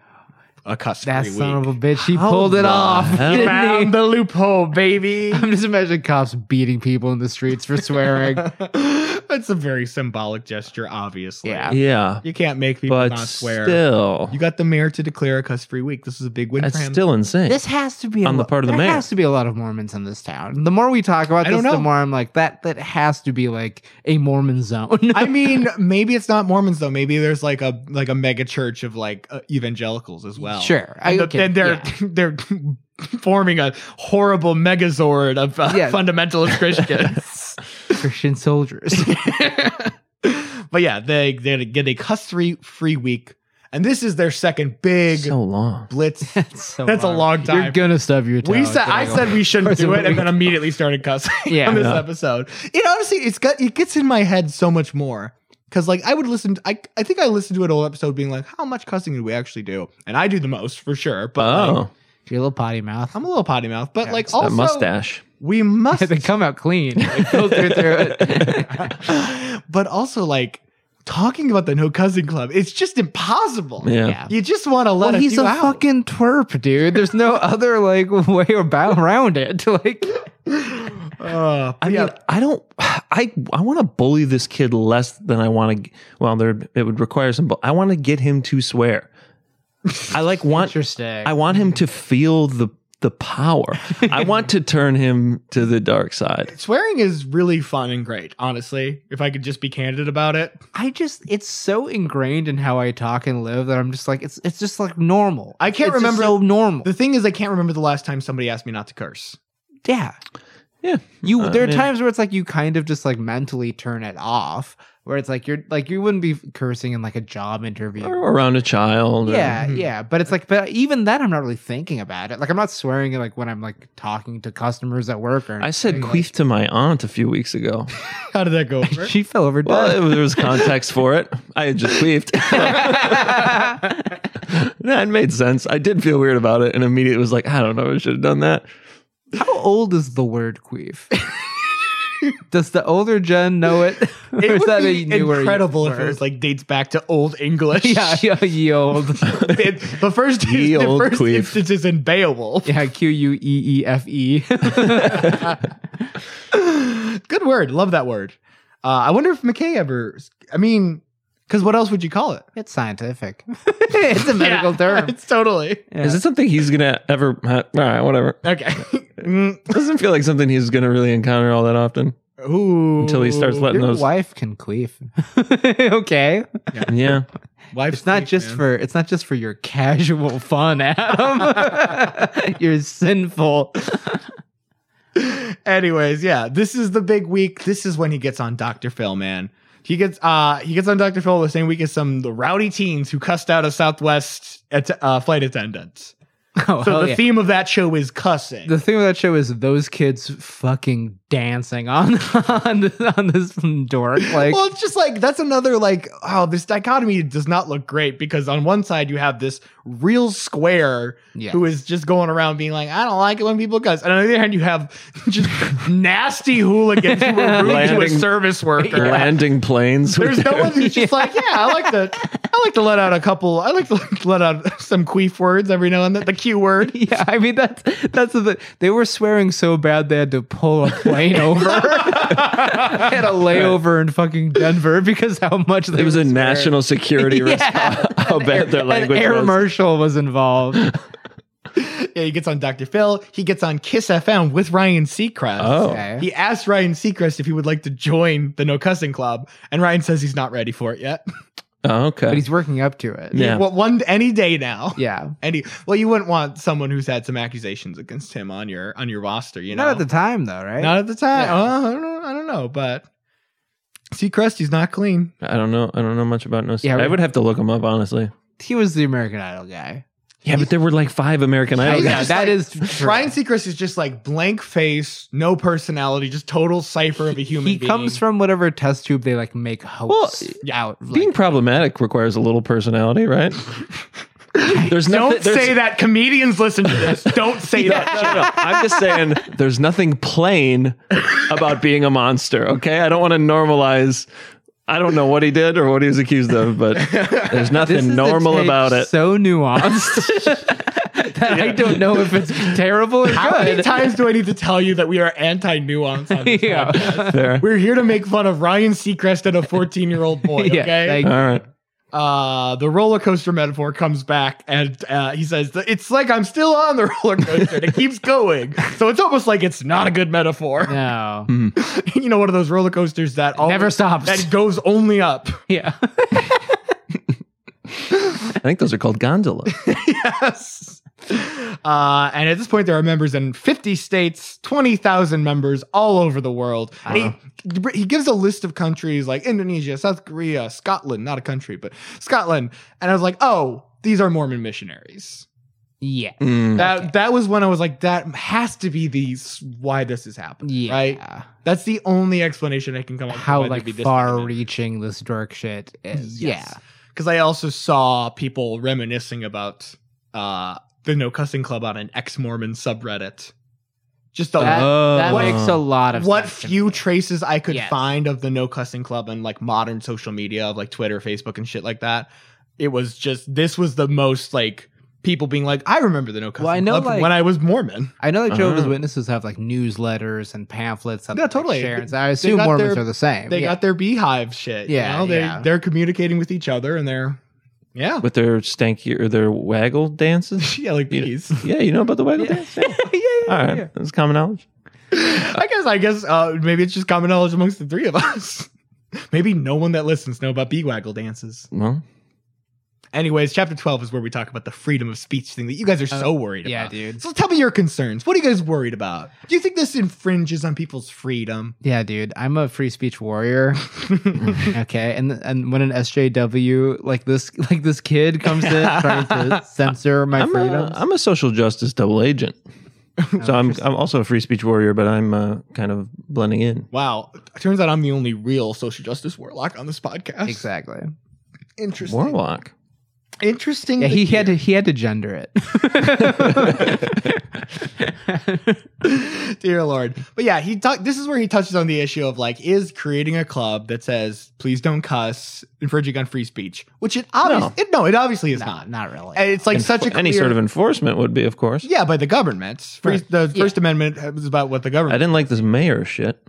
Speaker 4: a cuss free
Speaker 5: that
Speaker 4: week.
Speaker 5: son of a bitch. He pulled it
Speaker 6: the
Speaker 5: off.
Speaker 6: hell?
Speaker 5: didn't he?
Speaker 4: Found the loophole, baby.
Speaker 5: I'm just imagining cops beating people in the streets for swearing.
Speaker 4: That's a very symbolic gesture, obviously.
Speaker 5: Yeah.
Speaker 6: yeah.
Speaker 4: You can't make people
Speaker 6: But
Speaker 4: not swear.
Speaker 6: still,
Speaker 4: you got the mayor to declare a cuss free week. This is a big win
Speaker 6: that's
Speaker 4: for him.
Speaker 6: still insane.
Speaker 5: this has to be a
Speaker 6: On the
Speaker 5: lo-
Speaker 6: part of the
Speaker 5: there
Speaker 6: mayor.
Speaker 5: has to be a lot of Mormons in this town. The more we talk about
Speaker 4: I don't
Speaker 5: this, the
Speaker 4: know.
Speaker 5: more I'm like that. That has to be like a Mormon zone.
Speaker 4: I mean, maybe it's not Mormons though. Maybe there's like a like a mega church of like uh, evangelicals as well.
Speaker 5: Sure. I-
Speaker 4: and the-
Speaker 5: okay,
Speaker 4: then they're
Speaker 5: yeah.
Speaker 4: they're forming a horrible megazord of uh,
Speaker 5: Yeah.
Speaker 4: fundamentalist Christians.
Speaker 5: Christian soldiers.
Speaker 4: but yeah, they they get a custody free week, and this is their second big
Speaker 6: so long.
Speaker 4: blitz.
Speaker 5: That's, so
Speaker 4: That's a long time.
Speaker 5: You're gonna stub your toe.
Speaker 4: We said
Speaker 5: It's
Speaker 4: I
Speaker 5: gonna go-
Speaker 4: said we shouldn't
Speaker 5: It's
Speaker 4: do it,
Speaker 5: a
Speaker 4: and
Speaker 5: week.
Speaker 4: then immediately started cussing
Speaker 5: Yeah.
Speaker 4: on this
Speaker 6: Yeah.
Speaker 4: episode. It honestly, it's got it gets in my head so much more because like I would listen. To, I I think I listened to an old episode, being like, how much cussing do we actually do? And I do the most for sure. But
Speaker 6: Oh,
Speaker 4: like,
Speaker 5: Your little potty mouth.
Speaker 4: I'm a little potty mouth. But like
Speaker 5: it's
Speaker 6: that
Speaker 4: also,
Speaker 6: mustache.
Speaker 4: we must.
Speaker 5: they come out clean. They filter through it.
Speaker 4: but also like talking about the no cussing club, it's just impossible.
Speaker 6: Yeah.
Speaker 5: Yeah.
Speaker 4: You just want to let
Speaker 5: Well,
Speaker 4: a
Speaker 5: Oh, he's
Speaker 4: few
Speaker 5: a
Speaker 4: out.
Speaker 5: fucking twerp, dude. There's no other like way about around it. Like,
Speaker 4: Uh,
Speaker 6: I
Speaker 4: but yeah,
Speaker 6: mean, I don't. I I want to bully this kid less than I want to. Well, there it would require some. bu- I want to get him to swear. I like want.
Speaker 5: interesting.
Speaker 6: I want him to feel the the power. I want to turn him to the dark side.
Speaker 4: swearing is really fun and great. Honestly, if I could just be candid about it.
Speaker 5: I just it's so ingrained in how I talk and live that I'm just like it's it's just like normal.
Speaker 4: I can't
Speaker 5: It's just
Speaker 4: remember-
Speaker 5: so normal.
Speaker 4: The thing is, I can't remember the last time somebody asked me not to curse.
Speaker 5: yeah.
Speaker 6: Yeah.
Speaker 5: You
Speaker 6: Uh,
Speaker 5: there are
Speaker 6: yeah.
Speaker 5: times where it's like you kind of just like mentally turn it off where it's like you're like you wouldn't be cursing in like a job interview.
Speaker 6: Or around a child. or-
Speaker 5: yeah,
Speaker 4: Mhm.
Speaker 5: yeah, but it's like, but even then, I'm not really thinking about it. Like, I'm not swearing like when I'm like talking to customers at work or
Speaker 6: I said queef to my aunt a few weeks ago.
Speaker 4: How did that go over?
Speaker 5: she fell over
Speaker 6: Well,
Speaker 5: dead.
Speaker 6: it- there was context for it. I had just queefed. that made sense. I did feel weird about it and immediately was like, I don't know, I should have done that.
Speaker 5: How old is the word queef? Does the older gen know it? Or
Speaker 4: it
Speaker 5: is
Speaker 4: would
Speaker 5: that
Speaker 4: be
Speaker 5: a newer
Speaker 4: incredible if it
Speaker 5: word?
Speaker 4: was like dates back to Old English.
Speaker 5: yeah, yeah, ye old.
Speaker 4: It- the first,
Speaker 6: Ye
Speaker 4: the
Speaker 6: old
Speaker 4: first
Speaker 6: queef.
Speaker 4: instance is in Beowulf.
Speaker 5: Yeah, Q U E E F E.
Speaker 4: Good word. Love that word. Uh, I wonder if McKay ever. I mean, because what else would you call it?
Speaker 5: It's scientific. it's a medical term.
Speaker 4: It's totally
Speaker 6: Is it something he's gonna ever? Ha- all right, whatever.
Speaker 4: okay. Mm.
Speaker 6: Doesn't feel like something he's gonna really encounter all that often
Speaker 4: Ooh.
Speaker 6: until he starts letting
Speaker 5: Your
Speaker 6: those.
Speaker 5: wife can queef. okay.
Speaker 6: Yeah,
Speaker 4: Wife's
Speaker 5: It's not
Speaker 4: queef,
Speaker 5: just
Speaker 4: man.
Speaker 5: for it's not just for your casual fun, Adam. You're sinful.
Speaker 4: Anyways, yeah, this is the big week. This is when he gets on Dr. Phil, man. He gets uh he gets on Dr. Phil the same week as some the rowdy teens who cussed out a Southwest at, uh, flight attendant.
Speaker 5: Oh,
Speaker 4: So
Speaker 5: hell
Speaker 4: the
Speaker 5: yeah.
Speaker 4: theme of that show is cussing.
Speaker 5: the thing with that show is those kids fucking dancing on on, on this dork. Like
Speaker 4: well, it's just like that's another like oh this dichotomy does not look great because on one side you have this real square
Speaker 5: Yeah.
Speaker 4: who is just going around being like I don't like it when people cuss, and on the other hand you have just nasty hooligans who were rude to a
Speaker 6: Landing-
Speaker 4: service worker.
Speaker 6: landing planes. with
Speaker 4: There's no
Speaker 6: their-
Speaker 4: one who's just like, yeah, I like the I like to let out a couple. I like to let out some queef words every now and then. The Q word.
Speaker 5: Yeah, I mean that's that's the thing. They were swearing so bad they had to pull a plane over. They had a layover in fucking Denver because how much they
Speaker 6: It was
Speaker 5: were
Speaker 6: a
Speaker 5: swearing.
Speaker 6: national security response. How bad their language
Speaker 5: An air
Speaker 6: was.
Speaker 5: marshal was involved.
Speaker 4: Yeah, he gets on Dr. Phil. He gets on Kiss FM with Ryan Seacrest.
Speaker 6: Oh.
Speaker 5: Okay.
Speaker 4: He asked Ryan Seacrest if he would like to join the No Cussing Club, and Ryan says he's not ready for it yet.
Speaker 6: Oh,
Speaker 5: but
Speaker 6: okay.
Speaker 5: he's working up to it.
Speaker 6: Yeah.
Speaker 4: well, one any day now.
Speaker 5: Yeah.
Speaker 4: Any well, you wouldn't want someone who's had some accusations against him on your on your roster, you know.
Speaker 5: Not at the time though, right?
Speaker 4: Not at the time.
Speaker 5: Yeah.
Speaker 4: Oh, I don't know. I don't know, but Seacrest, he's not clean.
Speaker 6: I don't know. I don't know much about no.
Speaker 5: Yeah,
Speaker 6: I
Speaker 5: we-
Speaker 6: would have to look him up honestly.
Speaker 5: he was the American Idol guy.
Speaker 6: Yeah, but there were like five American
Speaker 5: I
Speaker 6: Idol
Speaker 5: know,
Speaker 6: guys.
Speaker 5: that
Speaker 4: like-
Speaker 5: is true.
Speaker 4: Ryan Seacrest is just like blank face, no personality, just total cipher of a human
Speaker 5: he
Speaker 4: being.
Speaker 5: comes from whatever test tube they like make hosts
Speaker 4: yeah.
Speaker 5: out. like-
Speaker 6: Being problematic requires a little personality, right? There's
Speaker 4: Don't
Speaker 6: nothing- there's-
Speaker 4: say that. Comedians listen to this. Don't say
Speaker 6: No,
Speaker 4: that.
Speaker 6: no, no, no. I'm just saying there's nothing plain about being a monster, okay? I don't want to normalize. I don't know what he did or what he was accused of, but there's
Speaker 5: This
Speaker 6: nothing
Speaker 5: is a
Speaker 6: normal
Speaker 5: tape
Speaker 6: about it.
Speaker 5: So nuanced that I don't know if it's terrible or
Speaker 4: How many
Speaker 5: good.
Speaker 4: times do I need to tell you that we are anti nuance on this?
Speaker 5: yeah.
Speaker 6: There.
Speaker 4: We're here to make fun of Ryan Seacrest and a 14 year old boy.
Speaker 5: Yeah,
Speaker 4: Okay.
Speaker 5: like-
Speaker 6: All right.
Speaker 4: uh, the roller coaster metaphor comes back and uh, he says, It's like I'm still on the roller coaster and it keeps going. So it's almost like it's not a good metaphor.
Speaker 5: No.
Speaker 4: you know, one of those roller coasters that Mm-hmm. always,
Speaker 5: Never stops.
Speaker 4: that goes only up.
Speaker 5: Yeah.
Speaker 6: I think those are called gondola.
Speaker 4: yes. Uh, and at this point, there are members in 50 states, 20,000 members all over the world. And he, he gives a list of countries like Indonesia, South Korea, Scotland, not a country, but Scotland. And I was like, oh, these are Mormon missionaries.
Speaker 5: Yeah.
Speaker 6: Mm.
Speaker 4: That that was when I was like, that has to be the s- why this is happening,
Speaker 5: Yeah.
Speaker 4: right? That's the only explanation I can come up with.
Speaker 5: How like far-reaching this dork shit is.
Speaker 4: Yes. Because I also saw people reminiscing about uh, the No Cussing Club on an ex-Mormon subreddit. Just a,
Speaker 5: Yeah. That, that
Speaker 6: Oh.
Speaker 5: makes a lot of
Speaker 4: what
Speaker 5: sense to
Speaker 4: few
Speaker 5: me.
Speaker 4: traces I could
Speaker 5: Yes.
Speaker 4: find of the No Cussing Club and like modern social media of like Twitter, Facebook, and shit like that. It was just this was the most like people being like, I remember the No Cussing
Speaker 5: I know,
Speaker 4: Club from
Speaker 5: like-
Speaker 4: when I was Mormon.
Speaker 5: I know that Jehovah's
Speaker 6: Oh.
Speaker 5: Witnesses have like newsletters and pamphlets. that
Speaker 4: Uh-huh. Yeah,
Speaker 5: they, like,
Speaker 4: totally.
Speaker 5: share. And so I
Speaker 4: They
Speaker 5: assume
Speaker 4: got
Speaker 5: Mormons
Speaker 4: their-
Speaker 5: are the same.
Speaker 4: They
Speaker 5: Yeah.
Speaker 4: got their beehive shit.
Speaker 5: Yeah,
Speaker 4: Yeah, they
Speaker 5: yeah.
Speaker 4: they're communicating with each other and they're yeah,
Speaker 6: With their stanky or their waggle dances.
Speaker 4: yeah, like bees.
Speaker 6: Yeah, you know about the waggle dance? Yeah. All right. That's common knowledge.
Speaker 4: I guess I guess uh, maybe it's just common knowledge amongst the three of us. maybe no one that listens know about bee waggle dances.
Speaker 6: Well,
Speaker 4: Anyways, chapter twelve is where we talk about the freedom of speech thing that you guys are so worried
Speaker 5: Oh, yeah,
Speaker 4: about.
Speaker 5: dude.
Speaker 4: So tell me your concerns. What are you guys worried about? Do you think this infringes on people's freedom?
Speaker 5: Yeah, dude, I'm a free speech warrior. okay, and and when an SJW like this like this kid comes in trying to censor my
Speaker 6: I'm a,
Speaker 5: freedoms,
Speaker 6: I'm a social justice double agent. So I'm I'm also a free speech warrior, but I'm uh, kind of blending in.
Speaker 4: Wow, turns out I'm the only real social justice warlock on this podcast.
Speaker 5: exactly.
Speaker 4: Interesting.
Speaker 6: Warlock.
Speaker 4: Interesting.
Speaker 5: Yeah,
Speaker 4: to
Speaker 5: he
Speaker 4: hear.
Speaker 5: had to he had to gender it.
Speaker 4: Dear Lord. But yeah, he talk, this is where he touches on the issue of like, is creating a club that says, please don't cuss, infringing on free speech, which it obviously,
Speaker 6: No.
Speaker 4: it, no, it obviously is not.
Speaker 5: Not really.
Speaker 4: And it's like such a
Speaker 6: any
Speaker 4: clear-
Speaker 6: sort of enforcement would be, of course.
Speaker 4: yeah, by the government. Free, The First Amendment was about what the
Speaker 6: I
Speaker 4: government.
Speaker 6: didn't like this mayor shit.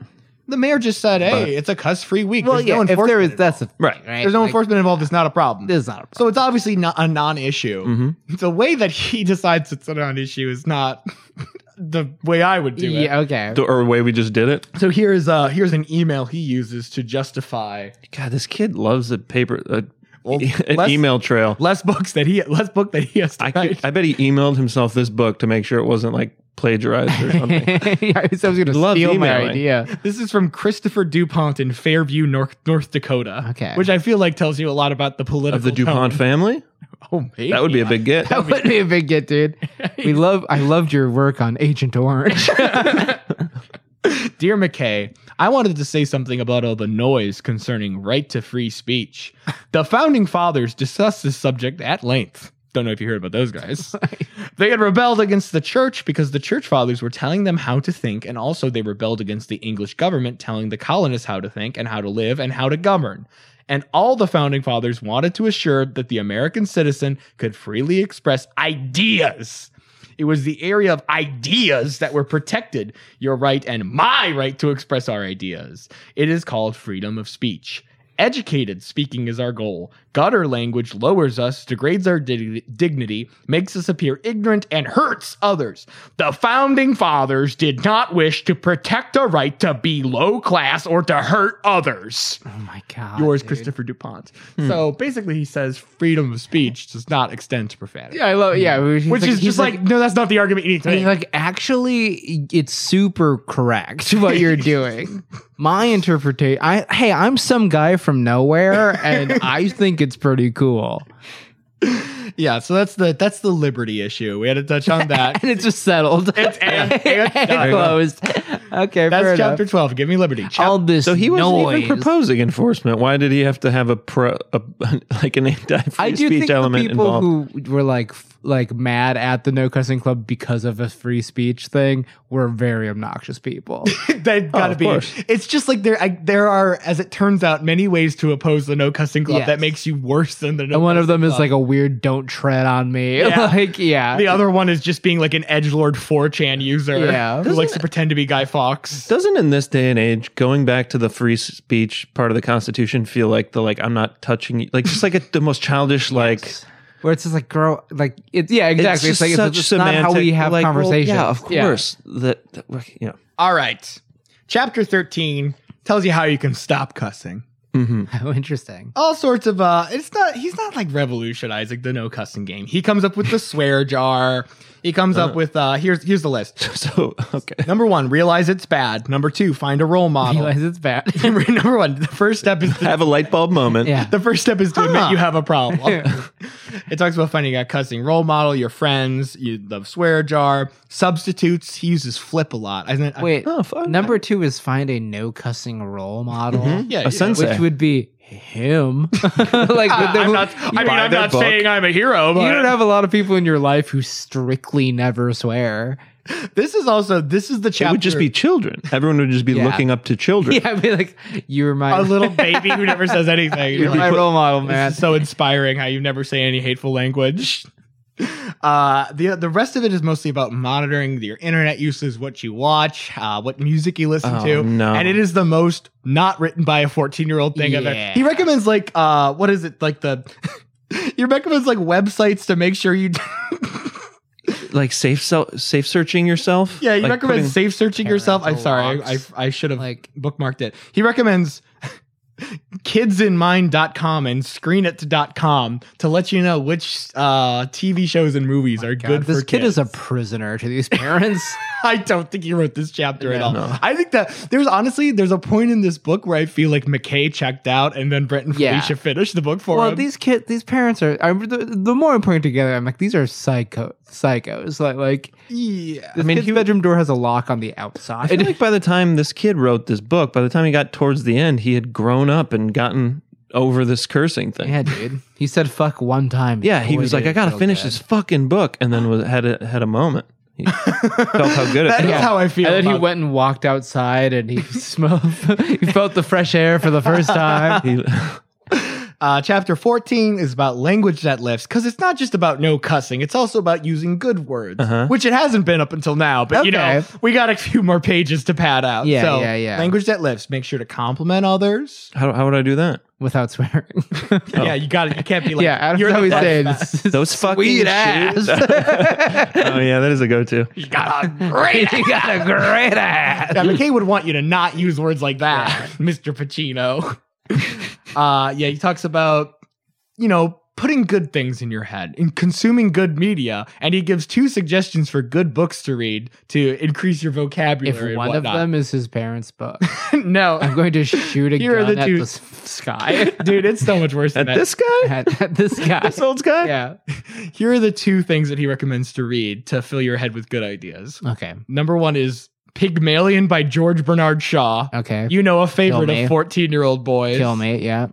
Speaker 4: The mayor just said, "Hey,
Speaker 6: But-
Speaker 4: it's a cuss-free week.
Speaker 5: well,
Speaker 4: There's
Speaker 5: yeah,
Speaker 4: no
Speaker 5: if
Speaker 4: enforcement.
Speaker 5: there is that's a,
Speaker 6: Right.
Speaker 5: right.
Speaker 4: There's no
Speaker 5: Like,
Speaker 4: enforcement involved. It's not a problem.
Speaker 5: This Mm-hmm. is not a problem.
Speaker 4: So it's obviously not a non-issue.
Speaker 6: Mhm.
Speaker 4: The way that he decides it's a non-issue is not the way I would do it.
Speaker 5: yeah, okay.
Speaker 6: The- or the way we just did it.
Speaker 4: So here is uh here's an email he uses to justify
Speaker 6: God, this kid loves a paper, a, e-
Speaker 4: Well,
Speaker 6: an
Speaker 4: less-
Speaker 6: email trail.
Speaker 4: less books that he less book that he has to
Speaker 6: I, could-
Speaker 4: write.
Speaker 6: I bet he emailed himself this book to make sure it wasn't like plagiarized or something.
Speaker 5: yeah, I was going to
Speaker 6: Love
Speaker 5: steal my
Speaker 6: emailing.
Speaker 5: idea.
Speaker 4: This is from Christopher DuPont in Fairview, North North Dakota.
Speaker 5: Okay.
Speaker 4: which I feel like tells you a lot about the political
Speaker 6: of the DuPont
Speaker 4: tone.
Speaker 6: family?
Speaker 4: Oh, maybe.
Speaker 6: That would be a big get.
Speaker 5: That would be a big get, dude. We love. I loved your work on Agent Orange.
Speaker 4: Dear McKay, I wanted to say something about all the noise concerning right to free speech. The founding fathers discussed this subject at length. Don't know if you heard about those guys. they had rebelled against the church because the church fathers were telling them how to think, and also they rebelled against the English government telling the colonists how to think and how to live and how to govern. and all the founding fathers wanted to assure that the American citizen could freely express ideas. It was the area of ideas that were protected, your right and my right to express our ideas. It is called freedom of speech. Educated speaking is our goal. Gutter language lowers us, degrades our dig- dignity, makes us appear ignorant, and hurts others. The founding fathers did not wish to protect a right to be low class or to hurt others.
Speaker 5: Oh my god.
Speaker 4: Yours,
Speaker 5: dude. Hmm.
Speaker 4: Christopher DuPont. So basically, he says freedom of speech does not extend to profanity.
Speaker 5: Yeah, I love. Yeah, he's
Speaker 4: Mm-hmm. Which
Speaker 5: like-
Speaker 4: is
Speaker 5: he's
Speaker 4: just like, no, that's not the argument you need to
Speaker 5: And
Speaker 4: make.
Speaker 5: he's like, actually, it's super correct what you're doing. My interpretation, I hey, I'm some guy from nowhere, and I think it's pretty cool.
Speaker 4: yeah, so that's the that's the liberty issue. We had to touch on that.
Speaker 5: And it's just settled.
Speaker 4: It's- and-
Speaker 5: And
Speaker 4: and-
Speaker 5: closed. Okay, fair
Speaker 4: that's
Speaker 5: enough. Oh.
Speaker 4: chapter twelve. Give me liberty. Chap-
Speaker 5: All this
Speaker 6: So he wasn't
Speaker 5: noise.
Speaker 6: even proposing enforcement. Why did he have to have a, pro, a like an anti-free
Speaker 5: I do
Speaker 6: speech
Speaker 5: think the
Speaker 6: element
Speaker 5: people
Speaker 6: involved?
Speaker 5: who were like f- like mad at the no cussing club because of a free speech thing were very obnoxious people.
Speaker 4: They've got to
Speaker 6: of
Speaker 4: be.
Speaker 6: course.
Speaker 4: It's just like there I, there are, as it turns out, many ways to oppose the no cussing club
Speaker 5: Yes.
Speaker 4: that makes you worse than the no.
Speaker 5: and one of
Speaker 4: cussing
Speaker 5: them is
Speaker 4: club.
Speaker 5: like a weird "don't tread on me."
Speaker 4: Yeah.
Speaker 5: like yeah,
Speaker 4: the other one is just being like an edge lord 4chan user
Speaker 5: Yeah.
Speaker 4: who likes to pretend to be Guy Fox.
Speaker 6: Doesn't in this day and age going back to the free speech part of the Constitution feel like the like I'm not touching you like just like a, the most childish like
Speaker 5: where it's just like girl like it, yeah exactly it's,
Speaker 6: just
Speaker 5: like it's, it's not how we
Speaker 6: semantic,
Speaker 5: have
Speaker 6: like, well,
Speaker 5: conversations
Speaker 6: yeah, of course. That, that you know.
Speaker 4: All right. Chapter 13 tells you how you can stop cussing.
Speaker 5: how interesting
Speaker 4: All sorts of uh it's not he's not like revolutionizing the no cussing game. He comes up with the swear jar. He comes up with uh here's here's the list.
Speaker 6: So okay.
Speaker 4: Number 1, realize it's bad. Number 2, find a role model.
Speaker 5: realize it's bad
Speaker 4: Number 1, the first step is to
Speaker 6: Have a light bulb moment.
Speaker 5: yeah
Speaker 4: The first step is to admit
Speaker 5: Huh.
Speaker 4: you have a problem. it talks about finding a cussing role model, your friends, you the swear jar, substitutes. He uses flip a lot. I, I,
Speaker 5: wait
Speaker 6: Oh, fuck.
Speaker 5: number two is find a no cussing role model
Speaker 4: yeah,
Speaker 6: A sensei.
Speaker 5: which would be him like with the-
Speaker 4: I'm not, I mean,
Speaker 6: buy
Speaker 4: I'm
Speaker 6: their
Speaker 4: not
Speaker 6: book.
Speaker 4: saying I'm a hero,
Speaker 5: you don't
Speaker 4: but
Speaker 5: have a lot of people in your life who strictly never swear
Speaker 4: this is also this is the chapter.
Speaker 6: It would just be children. Everyone would just be
Speaker 5: Yeah.
Speaker 6: looking up to children.
Speaker 5: yeah i'd be like you're my
Speaker 4: a little baby who never says anything. You're
Speaker 5: you're my
Speaker 4: like,
Speaker 5: role model
Speaker 4: this
Speaker 5: man
Speaker 4: is so inspiring how you never say any hateful language. Uh, the the rest of it is mostly about monitoring your internet uses, what you watch, uh, what music you listen
Speaker 6: Oh,
Speaker 4: to,
Speaker 6: no.
Speaker 4: and it is the most not written by a fourteen year old thing I've ever.
Speaker 5: Yeah.
Speaker 4: He recommends like uh, what is it like the he recommends like websites to make sure you
Speaker 6: Like safe se- safe searching yourself.
Speaker 4: yeah he
Speaker 6: Like
Speaker 4: recommends
Speaker 6: putting-
Speaker 4: safe searching yourself. I'm
Speaker 5: parental
Speaker 4: sorry, I
Speaker 5: locks.
Speaker 4: I, I should have
Speaker 5: Like-
Speaker 4: bookmarked it. He recommends kidsinmind.com and screenit.com to let you know which uh, TV shows and movies are
Speaker 5: Oh God,
Speaker 4: good
Speaker 5: this
Speaker 4: for
Speaker 5: kid
Speaker 4: kids.
Speaker 5: is a prisoner to these parents
Speaker 4: I don't think he wrote this chapter at all.
Speaker 6: No.
Speaker 4: I think that there's honestly there's a point in this book where I feel like McKay checked out and then Brent and
Speaker 5: Yeah.
Speaker 4: Felicia finished the book for
Speaker 5: well,
Speaker 4: him.
Speaker 5: these kids, these parents are. I, the, the more I'm putting it together, I'm like, these are psycho psychos. Like, like
Speaker 4: yeah.
Speaker 5: this
Speaker 6: mean,
Speaker 5: kid's
Speaker 6: he-
Speaker 5: bedroom door has a lock on the outside.
Speaker 6: I feel like by the time this kid wrote this book, by the time he got towards the end, he had grown up and gotten over this cursing thing.
Speaker 5: yeah, dude. He said "fuck" one time.
Speaker 6: Yeah, he
Speaker 5: Boy,
Speaker 6: was
Speaker 5: did
Speaker 6: like,
Speaker 5: it
Speaker 6: I gotta
Speaker 5: feel
Speaker 6: finish
Speaker 5: good.
Speaker 6: this fucking book, and then was, had a had a moment. He felt how good it
Speaker 4: That is
Speaker 6: felt.
Speaker 4: how I feel.
Speaker 5: And then he
Speaker 4: about-
Speaker 5: went and walked outside, and he smelled. he felt the fresh air for the first time.
Speaker 6: He-
Speaker 4: Uh, chapter 14 is about language that lifts because it's not just about no cussing. It's also about using good words,
Speaker 6: Uh-huh.
Speaker 4: which it hasn't been up until now. But you know,
Speaker 5: Okay.
Speaker 4: we got a few more pages to pad out.
Speaker 5: Yeah,
Speaker 4: so,
Speaker 5: yeah, yeah.
Speaker 4: Language that lifts. Make sure to compliment others.
Speaker 6: how, how would I do that?
Speaker 5: Without swearing. Oh.
Speaker 4: Yeah, you got it. You can't be like,
Speaker 5: yeah, Adam's
Speaker 4: you're the
Speaker 5: always
Speaker 4: best.
Speaker 5: saying
Speaker 6: Those fucking
Speaker 5: sweet
Speaker 6: shoes."
Speaker 5: ass.
Speaker 6: Oh yeah, that is a go-to.
Speaker 4: You got it.
Speaker 5: great, you got a great ass.
Speaker 4: Yeah, McKay would want you to not use words like that, Mr. Pacino. uh, yeah, he talks about, you know, putting good things in your head and consuming good media. And he gives two suggestions for good books to read to increase your vocabulary. and
Speaker 5: If one of
Speaker 4: whatnot.
Speaker 5: them is his parents' book. I'm
Speaker 4: no,
Speaker 5: going to shoot a
Speaker 4: Here are
Speaker 5: gun
Speaker 4: the
Speaker 5: at
Speaker 4: two-
Speaker 5: the s- sky.
Speaker 4: dude, it's so much worse than
Speaker 6: At
Speaker 4: that.
Speaker 6: this guy,
Speaker 5: at, at this guy.
Speaker 6: this old guy.
Speaker 5: yeah.
Speaker 4: Here are the two things that he recommends to read to fill your head with good ideas.
Speaker 5: Okay.
Speaker 4: Number one is Pygmalion by George Bernard Shaw.
Speaker 5: Okay.
Speaker 4: You know, a favorite
Speaker 5: me.
Speaker 4: of 14 year old boys.
Speaker 5: Kill me. Yeah.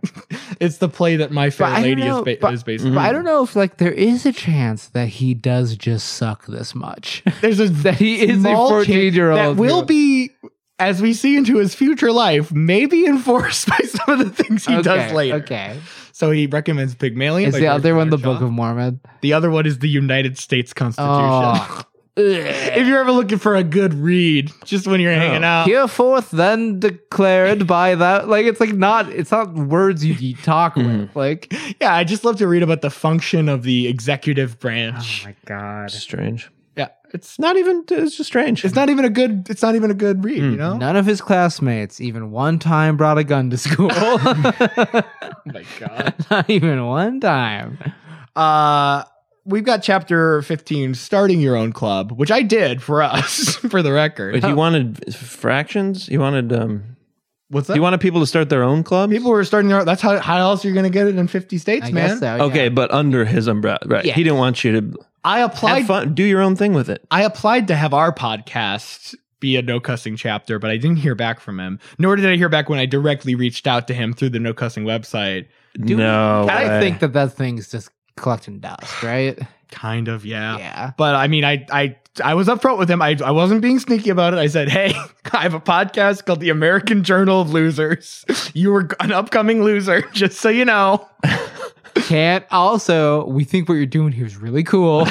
Speaker 4: It's the play that My Fair
Speaker 5: I don't
Speaker 4: Lady
Speaker 5: know,
Speaker 4: is, ba-
Speaker 5: but-
Speaker 4: is based
Speaker 5: But
Speaker 4: on.
Speaker 5: I don't know if like there is a chance that he does just suck this much.
Speaker 4: There's a
Speaker 5: that he is a
Speaker 4: small chance-
Speaker 5: 14 year old.
Speaker 4: that will be as we see into his future life, may be enforced by some of the things he does
Speaker 5: Okay,
Speaker 4: later.
Speaker 5: Okay.
Speaker 4: So he recommends Pygmalion.
Speaker 5: Is
Speaker 4: by
Speaker 5: the
Speaker 4: George
Speaker 5: other one the
Speaker 4: Bernard
Speaker 5: Book of Mormon?
Speaker 4: Shaw. The other one is the United States Constitution.
Speaker 5: Oh.
Speaker 4: if you're ever looking for a good read, just when you're hanging out.
Speaker 5: Hereforth then declared by that. Like it's like not. It's not words you talk with. Like
Speaker 4: Yeah, I just love to read about the function of the executive branch.
Speaker 5: my god.
Speaker 6: Strange.
Speaker 4: yeah, it's
Speaker 6: Not even. It's just strange.
Speaker 4: it's not even a good it's not even a good read, you know?
Speaker 5: None of his classmates even one time brought a gun to school.
Speaker 4: Oh my god.
Speaker 5: not even one time.
Speaker 4: Uh we've got chapter 15 starting your own club, which I did for us for the record.
Speaker 6: But he wanted fractions. He wanted. Um,
Speaker 4: What's that?
Speaker 6: he wanted people to start their own clubs.
Speaker 4: People were starting their that's how how else you're going to get it in 50 states,
Speaker 5: I
Speaker 4: man.
Speaker 5: guess so. yeah.
Speaker 6: Okay, but under his umbrella, right?
Speaker 5: Yeah.
Speaker 6: He didn't want you to
Speaker 4: I
Speaker 6: have
Speaker 4: applied
Speaker 6: fun, do your own thing with it.
Speaker 4: I applied to have our podcast be a no cussing chapter, but I didn't hear back from him. Nor did I hear back when I directly reached out to him through the no cussing website.
Speaker 6: no,
Speaker 5: I
Speaker 6: way.
Speaker 5: think that that thing's just collecting dust, right?
Speaker 4: Kind of, yeah.
Speaker 5: yeah.
Speaker 4: But I mean, I I I was upfront with him. I I wasn't being sneaky about it. I said, "Hey, I have a podcast called The American Journal of Losers. You were an upcoming loser, just so you know."
Speaker 5: Can't also. We think what you're doing here is really cool.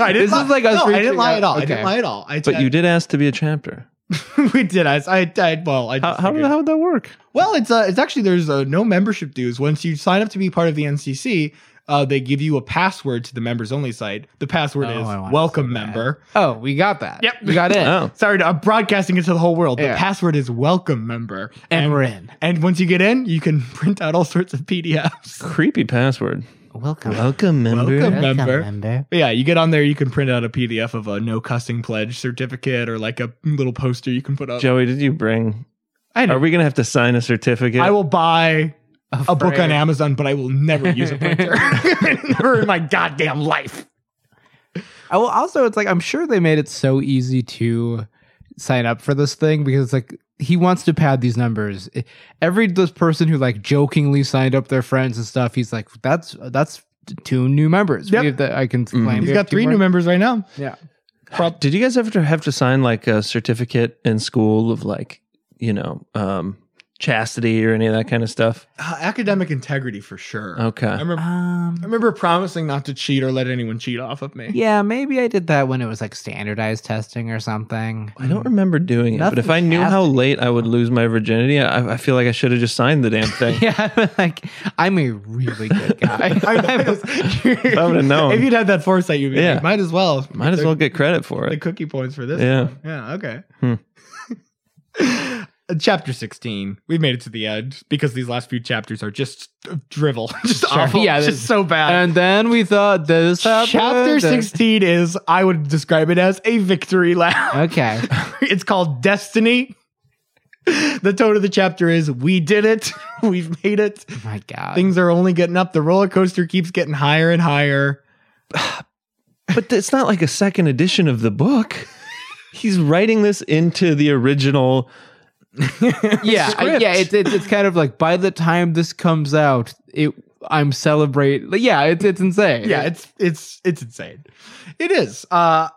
Speaker 4: I
Speaker 5: This is like us
Speaker 4: no, I didn't
Speaker 5: reaching
Speaker 4: lie
Speaker 5: out-
Speaker 4: at all. I
Speaker 5: okay.
Speaker 4: didn't lie at all. I
Speaker 6: But you did ask to be a chapter.
Speaker 4: we did. I I, I well, I
Speaker 6: How
Speaker 4: just
Speaker 6: how,
Speaker 4: figured-
Speaker 6: how would that work?
Speaker 4: Well, it's uh, it's actually there's uh, no membership dues. Once you sign up to be part of the NCC, uh, they give you a password to the members only site. The password
Speaker 5: Oh, I wanna
Speaker 4: is welcome
Speaker 5: say that.
Speaker 4: member.
Speaker 5: oh, we got that.
Speaker 4: Yep.
Speaker 5: we got it.
Speaker 6: Oh,
Speaker 4: Sorry, I'm broadcasting it to the whole world.
Speaker 5: Yeah.
Speaker 4: The password is welcome member.
Speaker 5: And we're in.
Speaker 4: And once you get in, you can print out all sorts of PDFs.
Speaker 6: creepy password.
Speaker 5: Welcome.
Speaker 6: Welcome, member.
Speaker 4: Welcome. member.
Speaker 5: member.
Speaker 4: But yeah, you get on there, you can print out a PDF of a no cussing pledge certificate or like a little poster you can put up.
Speaker 6: Joey, did you bring?
Speaker 4: I,
Speaker 6: Are
Speaker 4: know.
Speaker 6: we gonna have to sign a certificate?
Speaker 4: I will buy
Speaker 5: A,
Speaker 4: a book on
Speaker 5: frame.
Speaker 4: Amazon, but I will never use a printer. never in my goddamn life.
Speaker 5: I will also, it's like I'm sure they made it so easy to sign up for this thing because it's like he wants to pad these numbers. I- Every this person who like jokingly signed up their friends and stuff, he's like, that's that's two new members.
Speaker 4: Yep.
Speaker 5: We have that I can claim. we
Speaker 4: He's
Speaker 5: have
Speaker 4: got
Speaker 5: two
Speaker 4: three
Speaker 5: more.
Speaker 4: new members right now.
Speaker 5: Yeah.
Speaker 6: Did you guys ever have to sign like a certificate in school of like, you know, um, chastity or any of that kind of stuff?
Speaker 4: Uh, academic integrity for sure.
Speaker 6: Okay.
Speaker 4: I remember, I
Speaker 5: Um,
Speaker 4: remember promising not to cheat or let anyone cheat off of me.
Speaker 5: yeah, maybe I did that when it was like standardized testing or something.
Speaker 6: I don't remember doing it, but if
Speaker 5: Nothing
Speaker 6: I knew how
Speaker 5: chastity.
Speaker 6: late I would lose my virginity, I, I feel like I should have just signed the damn thing.
Speaker 5: Yeah, I'm like I'm a really good guy.
Speaker 6: I would've known.
Speaker 4: If you'd had that foresight, you'd be
Speaker 6: Yeah.
Speaker 4: like, might as well.
Speaker 6: Might as well get credit for
Speaker 4: the
Speaker 6: it.
Speaker 4: cookie points for this.
Speaker 6: Yeah.
Speaker 4: one. Yeah. Okay.
Speaker 6: Hmm.
Speaker 5: Hmm.
Speaker 4: Uh, Chapter 16. We've made it to the end because these last few chapters are just uh, drivel. Just
Speaker 5: Sure.
Speaker 4: awful.
Speaker 5: Yeah,
Speaker 4: Just
Speaker 5: this-
Speaker 4: so bad.
Speaker 5: and then we thought this happened.
Speaker 4: Chapter
Speaker 5: and-
Speaker 4: 16 is, I would describe it as a victory lap.
Speaker 5: Okay. Oh
Speaker 4: it's called Destiny. The tone of the chapter is We did it. We've made it.
Speaker 5: Oh my God.
Speaker 4: Things are only getting up. The roller coaster keeps getting higher and higher.
Speaker 6: But it's not like a second edition of the book. He's writing this into the original.
Speaker 5: yeah, I-
Speaker 6: script.
Speaker 5: yeah. It's, it's it's kind of like by the time this comes out, it I'm celebrate. like, Yeah, it's it's insane.
Speaker 4: Yeah, it's it's it's insane. It is. Uh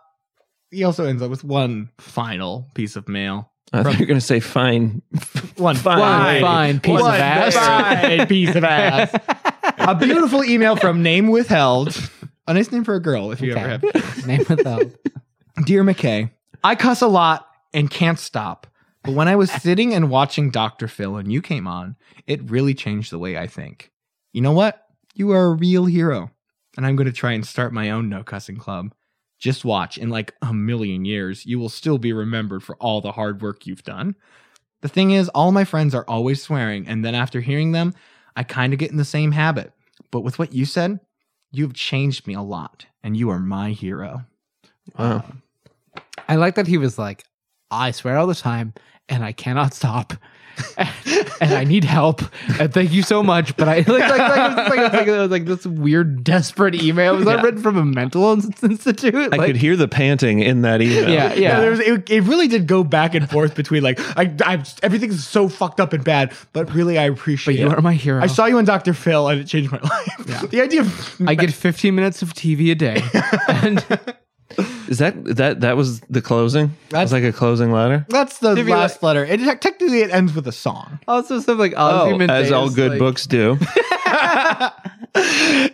Speaker 4: he also ends up with one final piece of mail.
Speaker 6: I thought you were going to say fine.
Speaker 4: One
Speaker 5: fine, fine piece
Speaker 4: One
Speaker 5: of ass.
Speaker 4: fine piece of ass. A beautiful email from name withheld. A nice name for a girl, if you
Speaker 5: Okay.
Speaker 4: ever have.
Speaker 5: Name without.
Speaker 4: Dear McKay, I cuss a lot and can't stop. But when I was sitting and watching Dr. Phil and you came on, it really changed the way I think. You know what? You are a real hero. And I'm going to try and start my own no cussing club. Just watch. In like a million years, you will still be remembered for all the hard work you've done. The thing is, all my friends are always swearing. And then after hearing them, I kind of get in the same habit. But with what you said, you've changed me a lot. And you are my hero.
Speaker 6: Wow.
Speaker 5: I like that he was like, I swear all the time, and I cannot stop. and I need help. And thank you so much. But I like, like, like, it was like, it was like, it was like this weird, desperate email. Was that written from a mental ins- institute?
Speaker 6: I
Speaker 5: like,
Speaker 6: could hear the panting in that email.
Speaker 5: yeah, yeah.
Speaker 4: No, there was, it, it really did go back and forth between like I, I everything's so fucked up and bad, but really I
Speaker 5: but
Speaker 4: appreciate.
Speaker 5: you
Speaker 4: it.
Speaker 5: are my hero.
Speaker 4: I saw you on Doctor Phil, and it changed my life. The idea of
Speaker 5: I get 15 minutes of TV a day. And
Speaker 6: Is that that that was the closing? That was like a closing letter.
Speaker 4: That's the
Speaker 5: If you
Speaker 4: last letter. It technically it ends with a song.
Speaker 5: Also, stuff like
Speaker 6: Oh, as all
Speaker 5: Ozymandias,
Speaker 6: good
Speaker 5: like-
Speaker 6: books do.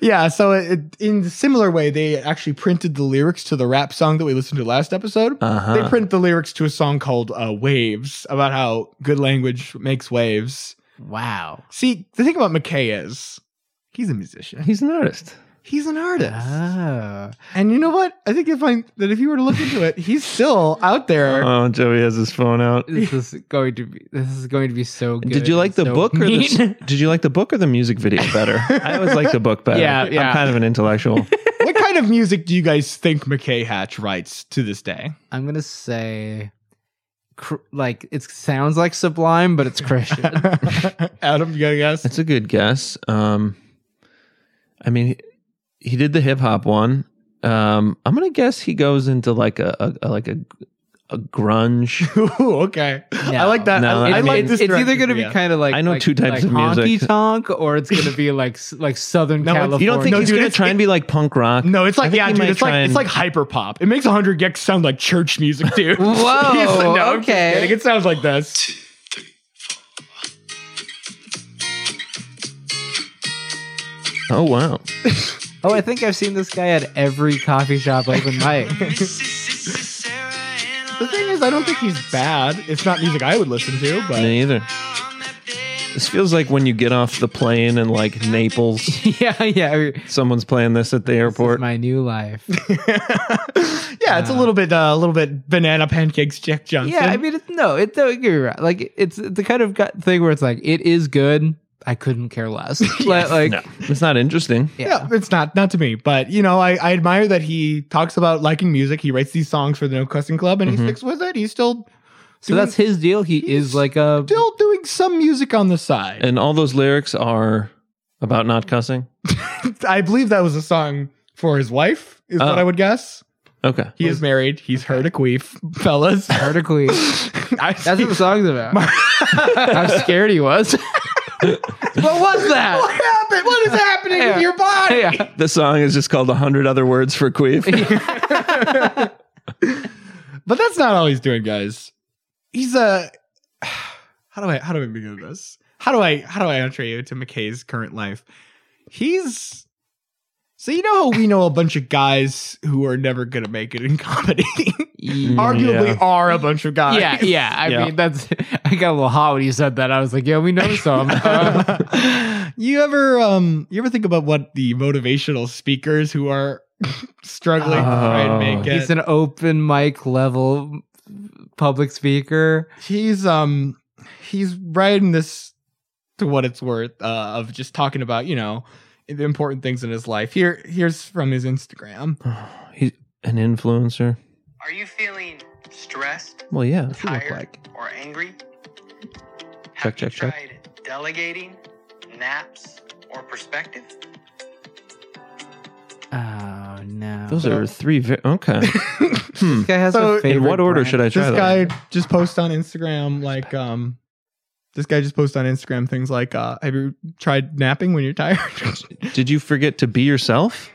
Speaker 4: Yeah, so it, in a similar way, they actually printed the lyrics to the rap song that we listened to last episode.
Speaker 6: Uh-huh.
Speaker 4: They print the lyrics to a song called uh, "Waves" about how good language makes waves.
Speaker 5: Wow.
Speaker 4: See, the thing about McKay is he's a musician.
Speaker 6: He's an artist.
Speaker 4: He's an artist,
Speaker 5: Oh.
Speaker 4: and you know what? I think you'll find that if you were to look into it, he's still out there.
Speaker 6: Oh, Joey has his phone out.
Speaker 5: This is going to be. This is going to be so good.
Speaker 6: Did you like the
Speaker 5: and so
Speaker 6: book or the,
Speaker 5: mean.
Speaker 6: s- did you like the book or the music video better? I always like the book better.
Speaker 5: Yeah, yeah.
Speaker 6: I'm kind of an intellectual.
Speaker 4: what kind of music do you guys think McKay Hatch writes to this day?
Speaker 5: I'm gonna say, cr- like it sounds like Sublime, but it's Christian.
Speaker 4: Adam, you got to guess?
Speaker 6: That's a good guess. Um, I mean, he, he did the hip hop one. Um, I'm gonna guess he goes into like a, a, a like a a grunge.
Speaker 4: Ooh, okay. I like that.
Speaker 6: No,
Speaker 4: I, I
Speaker 6: I
Speaker 4: like
Speaker 6: mean-
Speaker 4: this.
Speaker 5: it's either
Speaker 4: direction.
Speaker 5: gonna be
Speaker 4: Yeah.
Speaker 5: kind of like
Speaker 6: I know
Speaker 5: like-
Speaker 6: two types
Speaker 5: like
Speaker 6: of
Speaker 5: honky
Speaker 6: music.
Speaker 5: tonk, or it's gonna be like s- like Southern
Speaker 4: No, it's-
Speaker 5: California.
Speaker 6: You don't think
Speaker 4: No,
Speaker 6: he's
Speaker 4: dude,
Speaker 6: gonna
Speaker 4: it's-
Speaker 6: try and be like punk rock?
Speaker 4: No, it's
Speaker 6: I
Speaker 4: like
Speaker 6: think
Speaker 4: yeah,
Speaker 6: he
Speaker 4: dude.
Speaker 6: might
Speaker 4: It's like
Speaker 6: try
Speaker 4: it's
Speaker 6: and-
Speaker 4: like hyper pop. It makes 100 gigs sound like church music, dude.
Speaker 5: Whoa,
Speaker 4: He's like, no, I'm just
Speaker 5: okay.
Speaker 4: kidding. It sounds like this.
Speaker 6: Oh wow.
Speaker 5: Oh, I think I've seen this guy at every coffee shop open mic.
Speaker 4: The thing is, I don't think he's bad. It's not music I would listen to, but
Speaker 6: Me either. This feels like when you get off the plane in like Naples.
Speaker 5: yeah, yeah. This is
Speaker 6: Someone's playing this at the airport.
Speaker 5: my new life.
Speaker 4: yeah, it's a little bit, uh, a little bit banana pancakes, Jack Johnson.
Speaker 5: yeah, I mean, it's, no, it don't get me wrong. Like it's the kind of gut thing where it's like it is good. I couldn't care less. Like- like,
Speaker 6: no, it's not interesting.
Speaker 4: yeah, it's not not to me, but you know, I, I admire that he talks about liking music. He writes these songs for the No Cussing Club, and he sticks with it. He's still
Speaker 5: So that's his deal. He is like a
Speaker 4: still doing some music on the side.
Speaker 6: And all those lyrics are about not cussing.
Speaker 4: I believe that was a song for his wife, is what
Speaker 6: Oh.
Speaker 4: I would guess.
Speaker 6: Okay.
Speaker 4: He is married. He's heard a queef, fellas.
Speaker 5: vertically.
Speaker 4: I
Speaker 5: That's
Speaker 4: see-
Speaker 5: what the song's about. How scared he was. what was
Speaker 4: what
Speaker 5: that?
Speaker 4: happened? What is happening
Speaker 5: Yeah.
Speaker 4: to your body?
Speaker 5: Yeah.
Speaker 6: The song is just called "A Hundred Other Words for Queef."
Speaker 4: But that's not all he's doing, guys. He's a. How do I? How do I begin this? How do I? How do I enter you to McKay's current life? He's. So you know how we know a bunch of guys who are never gonna make it in comedy.
Speaker 5: Mm,
Speaker 4: Arguably,
Speaker 6: Yeah.
Speaker 4: are a bunch of guys.
Speaker 5: Yeah, yeah. I
Speaker 6: Yeah.
Speaker 5: mean, that's. I got a little hot when you said that. I was like, yeah, we know some. Uh,
Speaker 4: you ever um you ever think about what the motivational speakers who are struggling to try and make it
Speaker 5: he's an open mic level public speaker.
Speaker 4: he's um he's writing this to what it's worth uh, of just talking about you know the important things in his life here here's from his instagram
Speaker 6: He's an influencer.
Speaker 7: Are you feeling stressed,
Speaker 6: Well, yeah. That's what it
Speaker 7: tired,
Speaker 6: looked like.
Speaker 7: or angry?
Speaker 6: Check,
Speaker 7: Have you
Speaker 6: check, check.
Speaker 7: tried delegating, naps, or perspective?
Speaker 5: Oh no.
Speaker 6: Those are three. Ve- okay. Hmm.
Speaker 5: this guy has
Speaker 4: So-
Speaker 5: so,
Speaker 4: In
Speaker 6: In what order should I
Speaker 4: this
Speaker 6: try
Speaker 4: guy just posts on instagram like um this guy just posts on instagram things like uh have you tried napping when you're tired
Speaker 6: that? Did you forget to be yourself,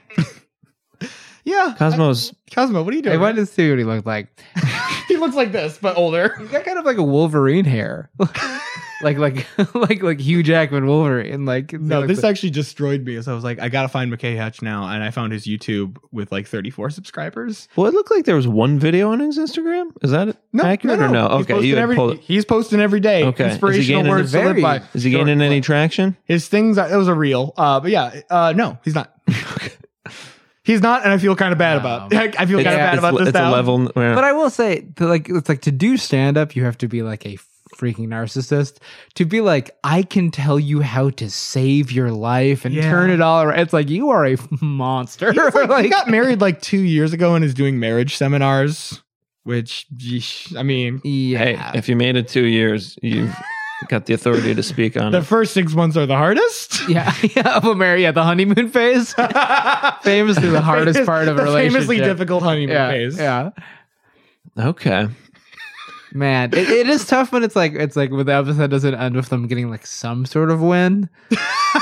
Speaker 4: yeah
Speaker 6: Cosmos?
Speaker 4: I- cosmo what are you
Speaker 5: I
Speaker 4: doing
Speaker 5: wanted to see what he looked like.
Speaker 4: he looks like this but older
Speaker 5: He's got kind of like a Wolverine hair, like like like like Hugh Jackman Wolverine. Like
Speaker 4: no
Speaker 5: like
Speaker 4: this
Speaker 5: the-
Speaker 4: actually destroyed me as i was like i gotta find mckay hatch now and i found his youtube with like 34 subscribers
Speaker 6: well, it looked like there was one video on his Instagram. Is that accurate or no?
Speaker 4: He's
Speaker 6: Okay,
Speaker 4: posting
Speaker 6: you had
Speaker 4: every-
Speaker 6: pulled it.
Speaker 4: He's posting every day.
Speaker 6: Okay. Is he
Speaker 4: Inspirational
Speaker 6: gaining
Speaker 4: words to live
Speaker 5: very-
Speaker 4: by.
Speaker 6: Is he gaining any traction?
Speaker 4: His things. That was a reel. Uh, but yeah. Uh, no, he's not. he's not, and I feel kind of bad about.
Speaker 5: Wow.
Speaker 4: I feel kind of
Speaker 5: Yeah,
Speaker 4: bad
Speaker 6: it's,
Speaker 4: about this.
Speaker 6: it's a
Speaker 4: now.
Speaker 6: level. Where,
Speaker 5: But I will say, to like it's like to do stand up, you have to be like a freaking narcissist to be like, I can tell you how to save your life and
Speaker 4: Yeah.
Speaker 5: turn it all around. It's like you are a monster.
Speaker 4: He's like- he
Speaker 5: Like,
Speaker 4: got married like two years ago and is doing marriage seminars, which, yeesh, I mean,
Speaker 5: yeah.
Speaker 6: Hey, if you made it two years, you've got the authority to speak on
Speaker 4: the
Speaker 6: it.
Speaker 4: first six months are the hardest.
Speaker 5: yeah, yeah, of America, yeah, the honeymoon phase, famously the hardest part of a
Speaker 4: The
Speaker 5: relationship.
Speaker 4: Famously difficult honeymoon
Speaker 5: yeah,
Speaker 4: phase.
Speaker 5: yeah.
Speaker 6: Okay.
Speaker 5: Man, it, it is tough when it's like it's like when the episode doesn't end with them getting like some sort of win,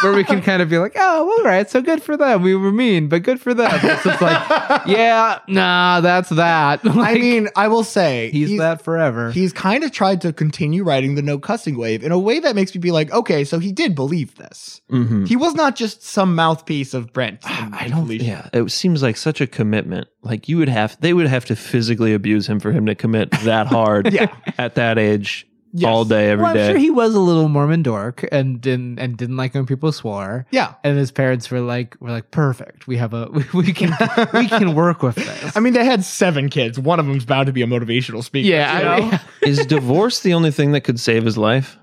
Speaker 5: where we can kind of be like, oh, well, all right, so good for them. We were mean, but good for them. It's just like, yeah, nah, that's that.
Speaker 4: I
Speaker 5: Like,
Speaker 4: mean, I will say
Speaker 5: he's, that forever.
Speaker 4: He's kind of tried to continue riding the no cussing wave in a way that makes me be like, okay, so he did believe this.
Speaker 6: Mm-hmm.
Speaker 4: He was not just some mouthpiece of Brent. and-
Speaker 6: I
Speaker 4: and
Speaker 6: don't.
Speaker 4: Felicia.
Speaker 6: Yeah, it seems like such a commitment. Like you would have, they would have to physically abuse him for him to commit that hard.
Speaker 4: Yeah.
Speaker 6: at that age,
Speaker 4: Yes.
Speaker 6: all day, every day.
Speaker 5: well, I'm sure he was a little Mormon dork and didn't and didn't like when people swore.
Speaker 4: Yeah.
Speaker 5: And his parents were like, "We're like perfect. We have a we, we can we can work with this."
Speaker 4: I mean, they had seven kids. One of them's bound to be a motivational speaker.
Speaker 5: yeah,
Speaker 4: you
Speaker 5: I,
Speaker 4: know?
Speaker 6: Is divorce the only thing that could save his life?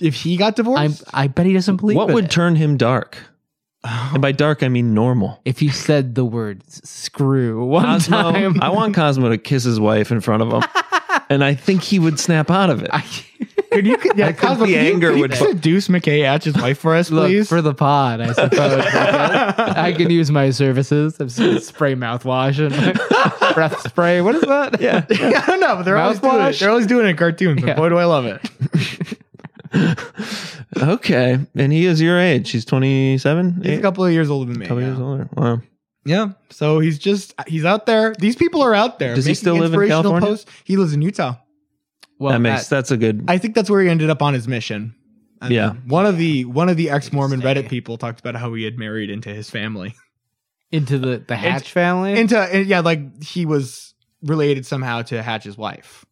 Speaker 4: if he got
Speaker 5: I,
Speaker 4: divorced,
Speaker 5: I bet he doesn't believe.
Speaker 6: What
Speaker 5: in
Speaker 6: would
Speaker 5: it.
Speaker 6: turn him dark? And by dark, I mean normal.
Speaker 5: if you said the word s- screw one
Speaker 6: Cosmo,
Speaker 5: time?
Speaker 6: I want Cosmo to kiss his wife in front of him, and I think he would snap out of it.
Speaker 4: could you? Yeah,
Speaker 6: think the
Speaker 4: could you-
Speaker 6: anger
Speaker 4: could you
Speaker 6: would-
Speaker 4: seduce McKay Atch's wife for us,
Speaker 5: Look,
Speaker 4: please.
Speaker 5: for the pod, I suppose. I guess. I can use my services. I'm just spray mouthwash and breath spray. What is that? Yeah.
Speaker 4: I don't know, but they're always doing it.
Speaker 5: Mouthwash?
Speaker 4: They're always doing it in cartoons.
Speaker 5: Yeah.
Speaker 4: And boy, do I love it.
Speaker 6: okay, and he is your age. He's twenty-seven.
Speaker 4: He's a couple of years older than me.
Speaker 6: couple
Speaker 4: yeah.
Speaker 6: years older. Wow.
Speaker 4: Yeah. So he's just he's out there. These people are out there.
Speaker 6: Does he
Speaker 4: making
Speaker 6: still live in
Speaker 4: inspirational
Speaker 6: California?
Speaker 4: Posts. He lives in Utah.
Speaker 5: Well,
Speaker 6: that makes
Speaker 5: that-
Speaker 6: that's a good.
Speaker 4: I think that's where he ended up on his mission. And
Speaker 6: Yeah.
Speaker 4: One of the one of the ex Mormon Reddit people talked about how he had married into his family.
Speaker 5: into the, the Hatch family.
Speaker 4: Into and yeah, like he was related somehow to Hatch's wife.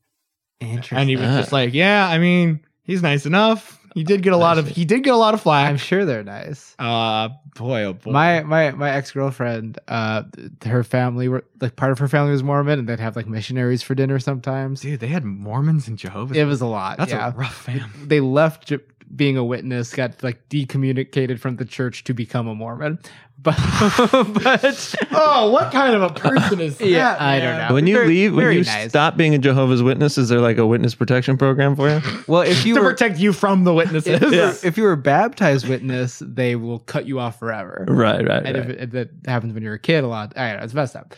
Speaker 5: Interesting.
Speaker 4: And he was just like, Yeah, I mean, he's nice enough. He did get a lot of he did get a lot of
Speaker 5: I'm
Speaker 4: flack.
Speaker 5: sure they're nice.
Speaker 4: Uh boy oh boy.
Speaker 5: My my my ex girlfriend, uh, th- her family were like part of her family was Mormon, and they'd have like missionaries for dinner sometimes.
Speaker 4: Dude, they had Mormons and Jehovah's.
Speaker 5: It was a lot.
Speaker 4: that's
Speaker 5: yeah.
Speaker 4: a rough fam.
Speaker 5: they left J- being a witness, got like decommunicated from the church to become a Mormon. But, but
Speaker 4: Oh, what kind of a person is
Speaker 5: yeah, I don't know.
Speaker 6: when you
Speaker 5: Very-
Speaker 6: leave, when
Speaker 5: very
Speaker 6: you
Speaker 5: nice.
Speaker 6: stop being a Jehovah's Witness, is there like a witness protection program for you?
Speaker 5: well, if you
Speaker 4: to
Speaker 5: were
Speaker 4: protect you from the
Speaker 5: if,
Speaker 4: witnesses.
Speaker 5: you were- if you were a baptized witness, they will cut you off forever.
Speaker 6: right, right,
Speaker 5: And if,
Speaker 6: right.
Speaker 5: it, if that happens when you're a kid a lot, I don't know, it's messed up.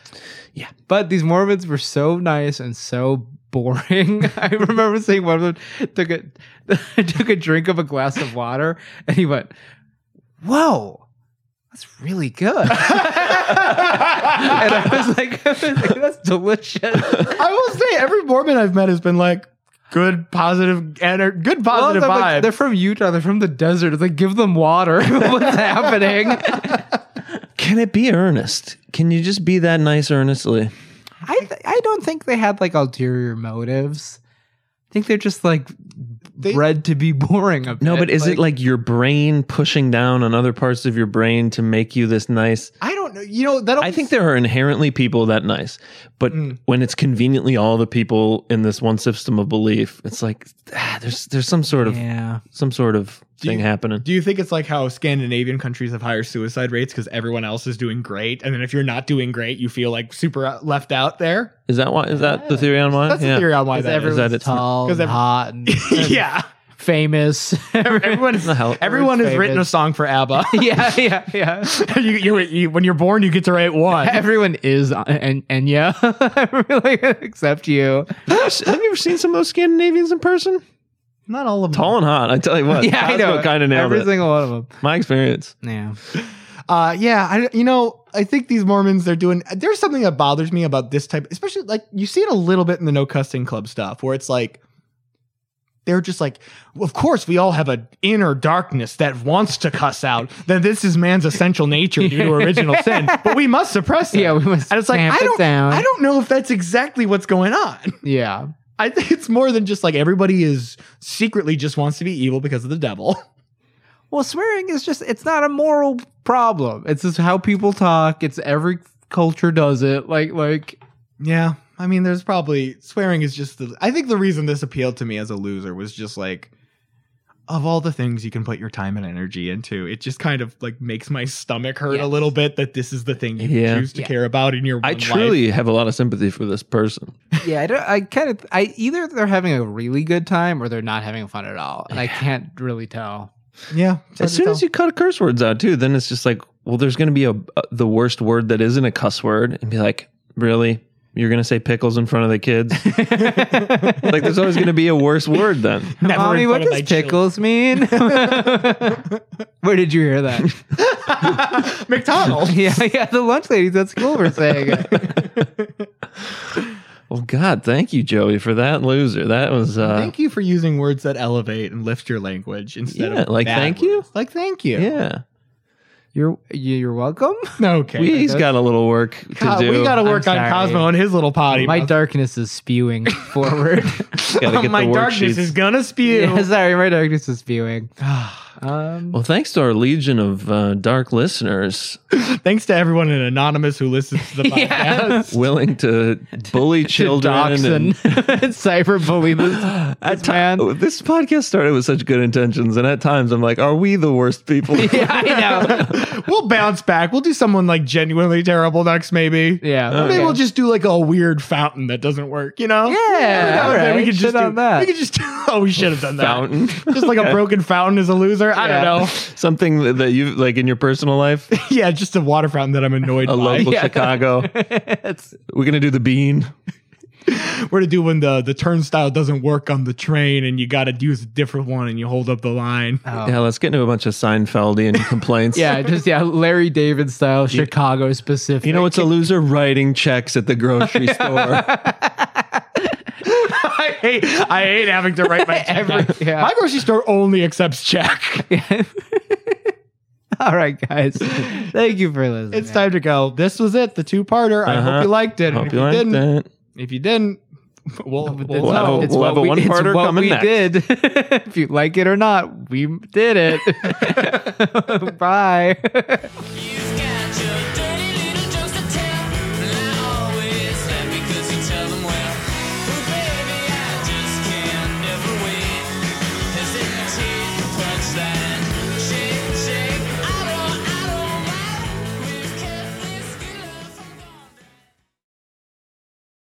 Speaker 6: Yeah.
Speaker 5: But these Mormons were so nice and so boring. I remember seeing one of them took a took a drink of a glass of water and he went, Whoa, that's really good. and I was like, I was like, that's delicious.
Speaker 4: I will say every Mormon I've met has been like good, positive, and good
Speaker 5: Well,
Speaker 4: positive
Speaker 5: they're, like-
Speaker 4: vibe.
Speaker 5: they're from Utah. They're from the desert. It's like give them water. What's happening?
Speaker 6: Can it be earnest? Can you just be that nice earnestly?
Speaker 5: I th- I don't think they had like ulterior motives. I think they're just like bred to be boring. A
Speaker 6: No,
Speaker 5: bit.
Speaker 6: but is it like your brain pushing down on other parts of your brain to make you this nice?
Speaker 4: I don't know. You know that
Speaker 6: I think there are inherently people that nice, but
Speaker 4: Mm.
Speaker 6: when it's conveniently all the people in this one system of belief, it's like ah, there's there's some sort of
Speaker 5: yeah?
Speaker 6: some sort of thing
Speaker 4: you-
Speaker 6: happening.
Speaker 4: Do you think it's like how Scandinavian countries have higher suicide rates because everyone else is doing great, and then if you're not doing great, you feel like super uh, left out there?
Speaker 6: Is that why? Is that the theory on why?
Speaker 4: That's
Speaker 6: Yeah.
Speaker 4: the theory on why
Speaker 5: Because
Speaker 4: that is.
Speaker 5: everyone's
Speaker 6: that it's-
Speaker 5: tall,
Speaker 4: 'cause
Speaker 5: and
Speaker 4: every-
Speaker 5: hot, and
Speaker 4: yeah,
Speaker 5: famous.
Speaker 4: everyone
Speaker 6: The hell-
Speaker 4: everyone has written a
Speaker 5: famous.
Speaker 4: song for ABBA.
Speaker 5: yeah, yeah, yeah.
Speaker 4: you, you, you- when you're born, you get to write one.
Speaker 5: Everyone is on- and and yeah, really, except you.
Speaker 6: Have you ever seen some of those Scandinavians in person?
Speaker 4: Not all of them.
Speaker 6: Tall and hot. I tell you what.
Speaker 5: Yeah, I know.
Speaker 6: Kind of nailed
Speaker 5: every
Speaker 6: it.
Speaker 5: single one of them.
Speaker 6: My experience.
Speaker 5: Yeah.
Speaker 4: Uh, yeah, I, you know, I think these Mormons, they're doing, there's something that bothers me about this type, especially like you see it a little bit in the no cussing club stuff where it's like, they're just like, "Well, of course, we all have an inner darkness that wants to cuss out. Then this is man's essential nature due to original sin, but we must suppress it.
Speaker 5: Yeah, we must
Speaker 4: and it's like,
Speaker 5: tamp
Speaker 4: I
Speaker 5: it
Speaker 4: don't,
Speaker 5: down.
Speaker 4: I don't know if that's exactly what's going on.
Speaker 5: Yeah.
Speaker 4: I think it's more than just like everybody is secretly just wants to be evil because of the devil.
Speaker 5: Well, swearing is just, it's not a moral problem. It's just how people talk. It's every culture does it. Like, like,
Speaker 4: Yeah. I mean, there's probably swearing is just the. I think the reason this appealed to me as a loser was just like, of all the things you can put your time and energy into, it just kind of like makes my stomach hurt a
Speaker 5: Yes.
Speaker 4: little bit that this is the thing you
Speaker 6: Yeah.
Speaker 4: choose to
Speaker 5: Yeah.
Speaker 4: care about in your.
Speaker 6: I
Speaker 4: one
Speaker 6: truly
Speaker 4: life.
Speaker 6: have a lot of sympathy for this person.
Speaker 5: yeah, I don't, I kind of, I either they're having a really good time or they're not having fun at all. And I can't really tell.
Speaker 4: yeah.
Speaker 6: as soon as you cut curse words out, too, uh, then it's just like, well, there's going to be a, a the worst word that isn't a cuss word, and be like, really, You're gonna say pickles in front of the kids. like there's always gonna be a worse word then.
Speaker 4: Never
Speaker 5: Mommy,
Speaker 4: in
Speaker 5: what
Speaker 4: front of
Speaker 5: does
Speaker 4: my children.
Speaker 5: pickles mean? Where did you hear that?
Speaker 4: McDonald's.
Speaker 5: yeah, yeah, the lunch ladies at school were saying it.
Speaker 6: Well, God, thank you, Joey, for that loser. That was uh,
Speaker 4: thank you for using words that elevate and lift your language instead
Speaker 6: Yeah,
Speaker 4: of
Speaker 6: like,
Speaker 4: bad
Speaker 6: thank you?
Speaker 4: words. Like thank you.
Speaker 6: yeah.
Speaker 5: You're you- you're welcome.
Speaker 4: No, okay.
Speaker 6: We, he's got a little work
Speaker 4: God,
Speaker 6: to do.
Speaker 4: we got to work on
Speaker 5: sorry.
Speaker 4: Cosmo and his little potty.
Speaker 5: My
Speaker 4: mouth.
Speaker 5: darkness is spewing forward.
Speaker 6: Gotta get
Speaker 4: Oh, my
Speaker 6: the
Speaker 4: darkness
Speaker 6: worksheets.
Speaker 4: is gonna spew.
Speaker 5: Yeah, sorry, my darkness is spewing. Um,
Speaker 6: well, thanks to our legion of uh, dark listeners
Speaker 4: Thanks to everyone in Anonymous who listens to the podcast.
Speaker 6: willing to bully children. and-
Speaker 5: cyberbully this,
Speaker 6: at
Speaker 5: this
Speaker 6: ti-
Speaker 5: man.
Speaker 6: oh, this podcast started with such good intentions, and at times I'm like, are we the worst people?
Speaker 5: yeah, I know.
Speaker 4: we'll bounce back. We'll do someone like genuinely terrible next, maybe.
Speaker 5: Yeah,
Speaker 4: Or Maybe
Speaker 5: okay.
Speaker 4: we'll just do like a weird fountain that doesn't work, you know?
Speaker 5: Yeah, all
Speaker 4: Okay,
Speaker 5: right.
Speaker 4: we could just
Speaker 5: Shit
Speaker 4: do
Speaker 5: on that.
Speaker 4: We could just do, oh, we should have done that.
Speaker 6: Fountain.
Speaker 4: Just like a broken fountain is a loser. I
Speaker 5: Yeah.
Speaker 4: don't know.
Speaker 6: Something that- that you like in your personal life,
Speaker 4: Yeah, just a water fountain that I'm annoyed
Speaker 6: a
Speaker 4: by.
Speaker 6: local
Speaker 4: Yeah.
Speaker 6: Chicago.
Speaker 5: It's-
Speaker 6: We're gonna do the bean.
Speaker 4: We're to do when the the turnstile doesn't work on the train and you got to use a different one and you hold up the line.
Speaker 6: Yeah, let's get into a bunch of Seinfeldian complaints.
Speaker 5: yeah, just yeah, Larry David style, Chicago specific.
Speaker 6: You know what's a loser? Writing checks at the grocery store.
Speaker 4: I hate I hate having to write my check.
Speaker 5: Every- yeah.
Speaker 4: My grocery store only accepts check.
Speaker 5: All right, guys. Thank you for listening.
Speaker 4: It's time to go. This was it, the two parter. I
Speaker 6: Uh-huh.
Speaker 4: hope you liked it.
Speaker 6: Hope
Speaker 4: if
Speaker 6: you liked
Speaker 4: didn't,
Speaker 6: that.
Speaker 4: if you didn't, we'll, we'll,
Speaker 6: We'll have a-
Speaker 4: know.
Speaker 6: we'll have a
Speaker 5: we- it's
Speaker 6: one-parter
Speaker 5: what
Speaker 6: coming
Speaker 5: we
Speaker 6: next.
Speaker 5: did. if you like it or not, we did it. Bye.
Speaker 3: You've got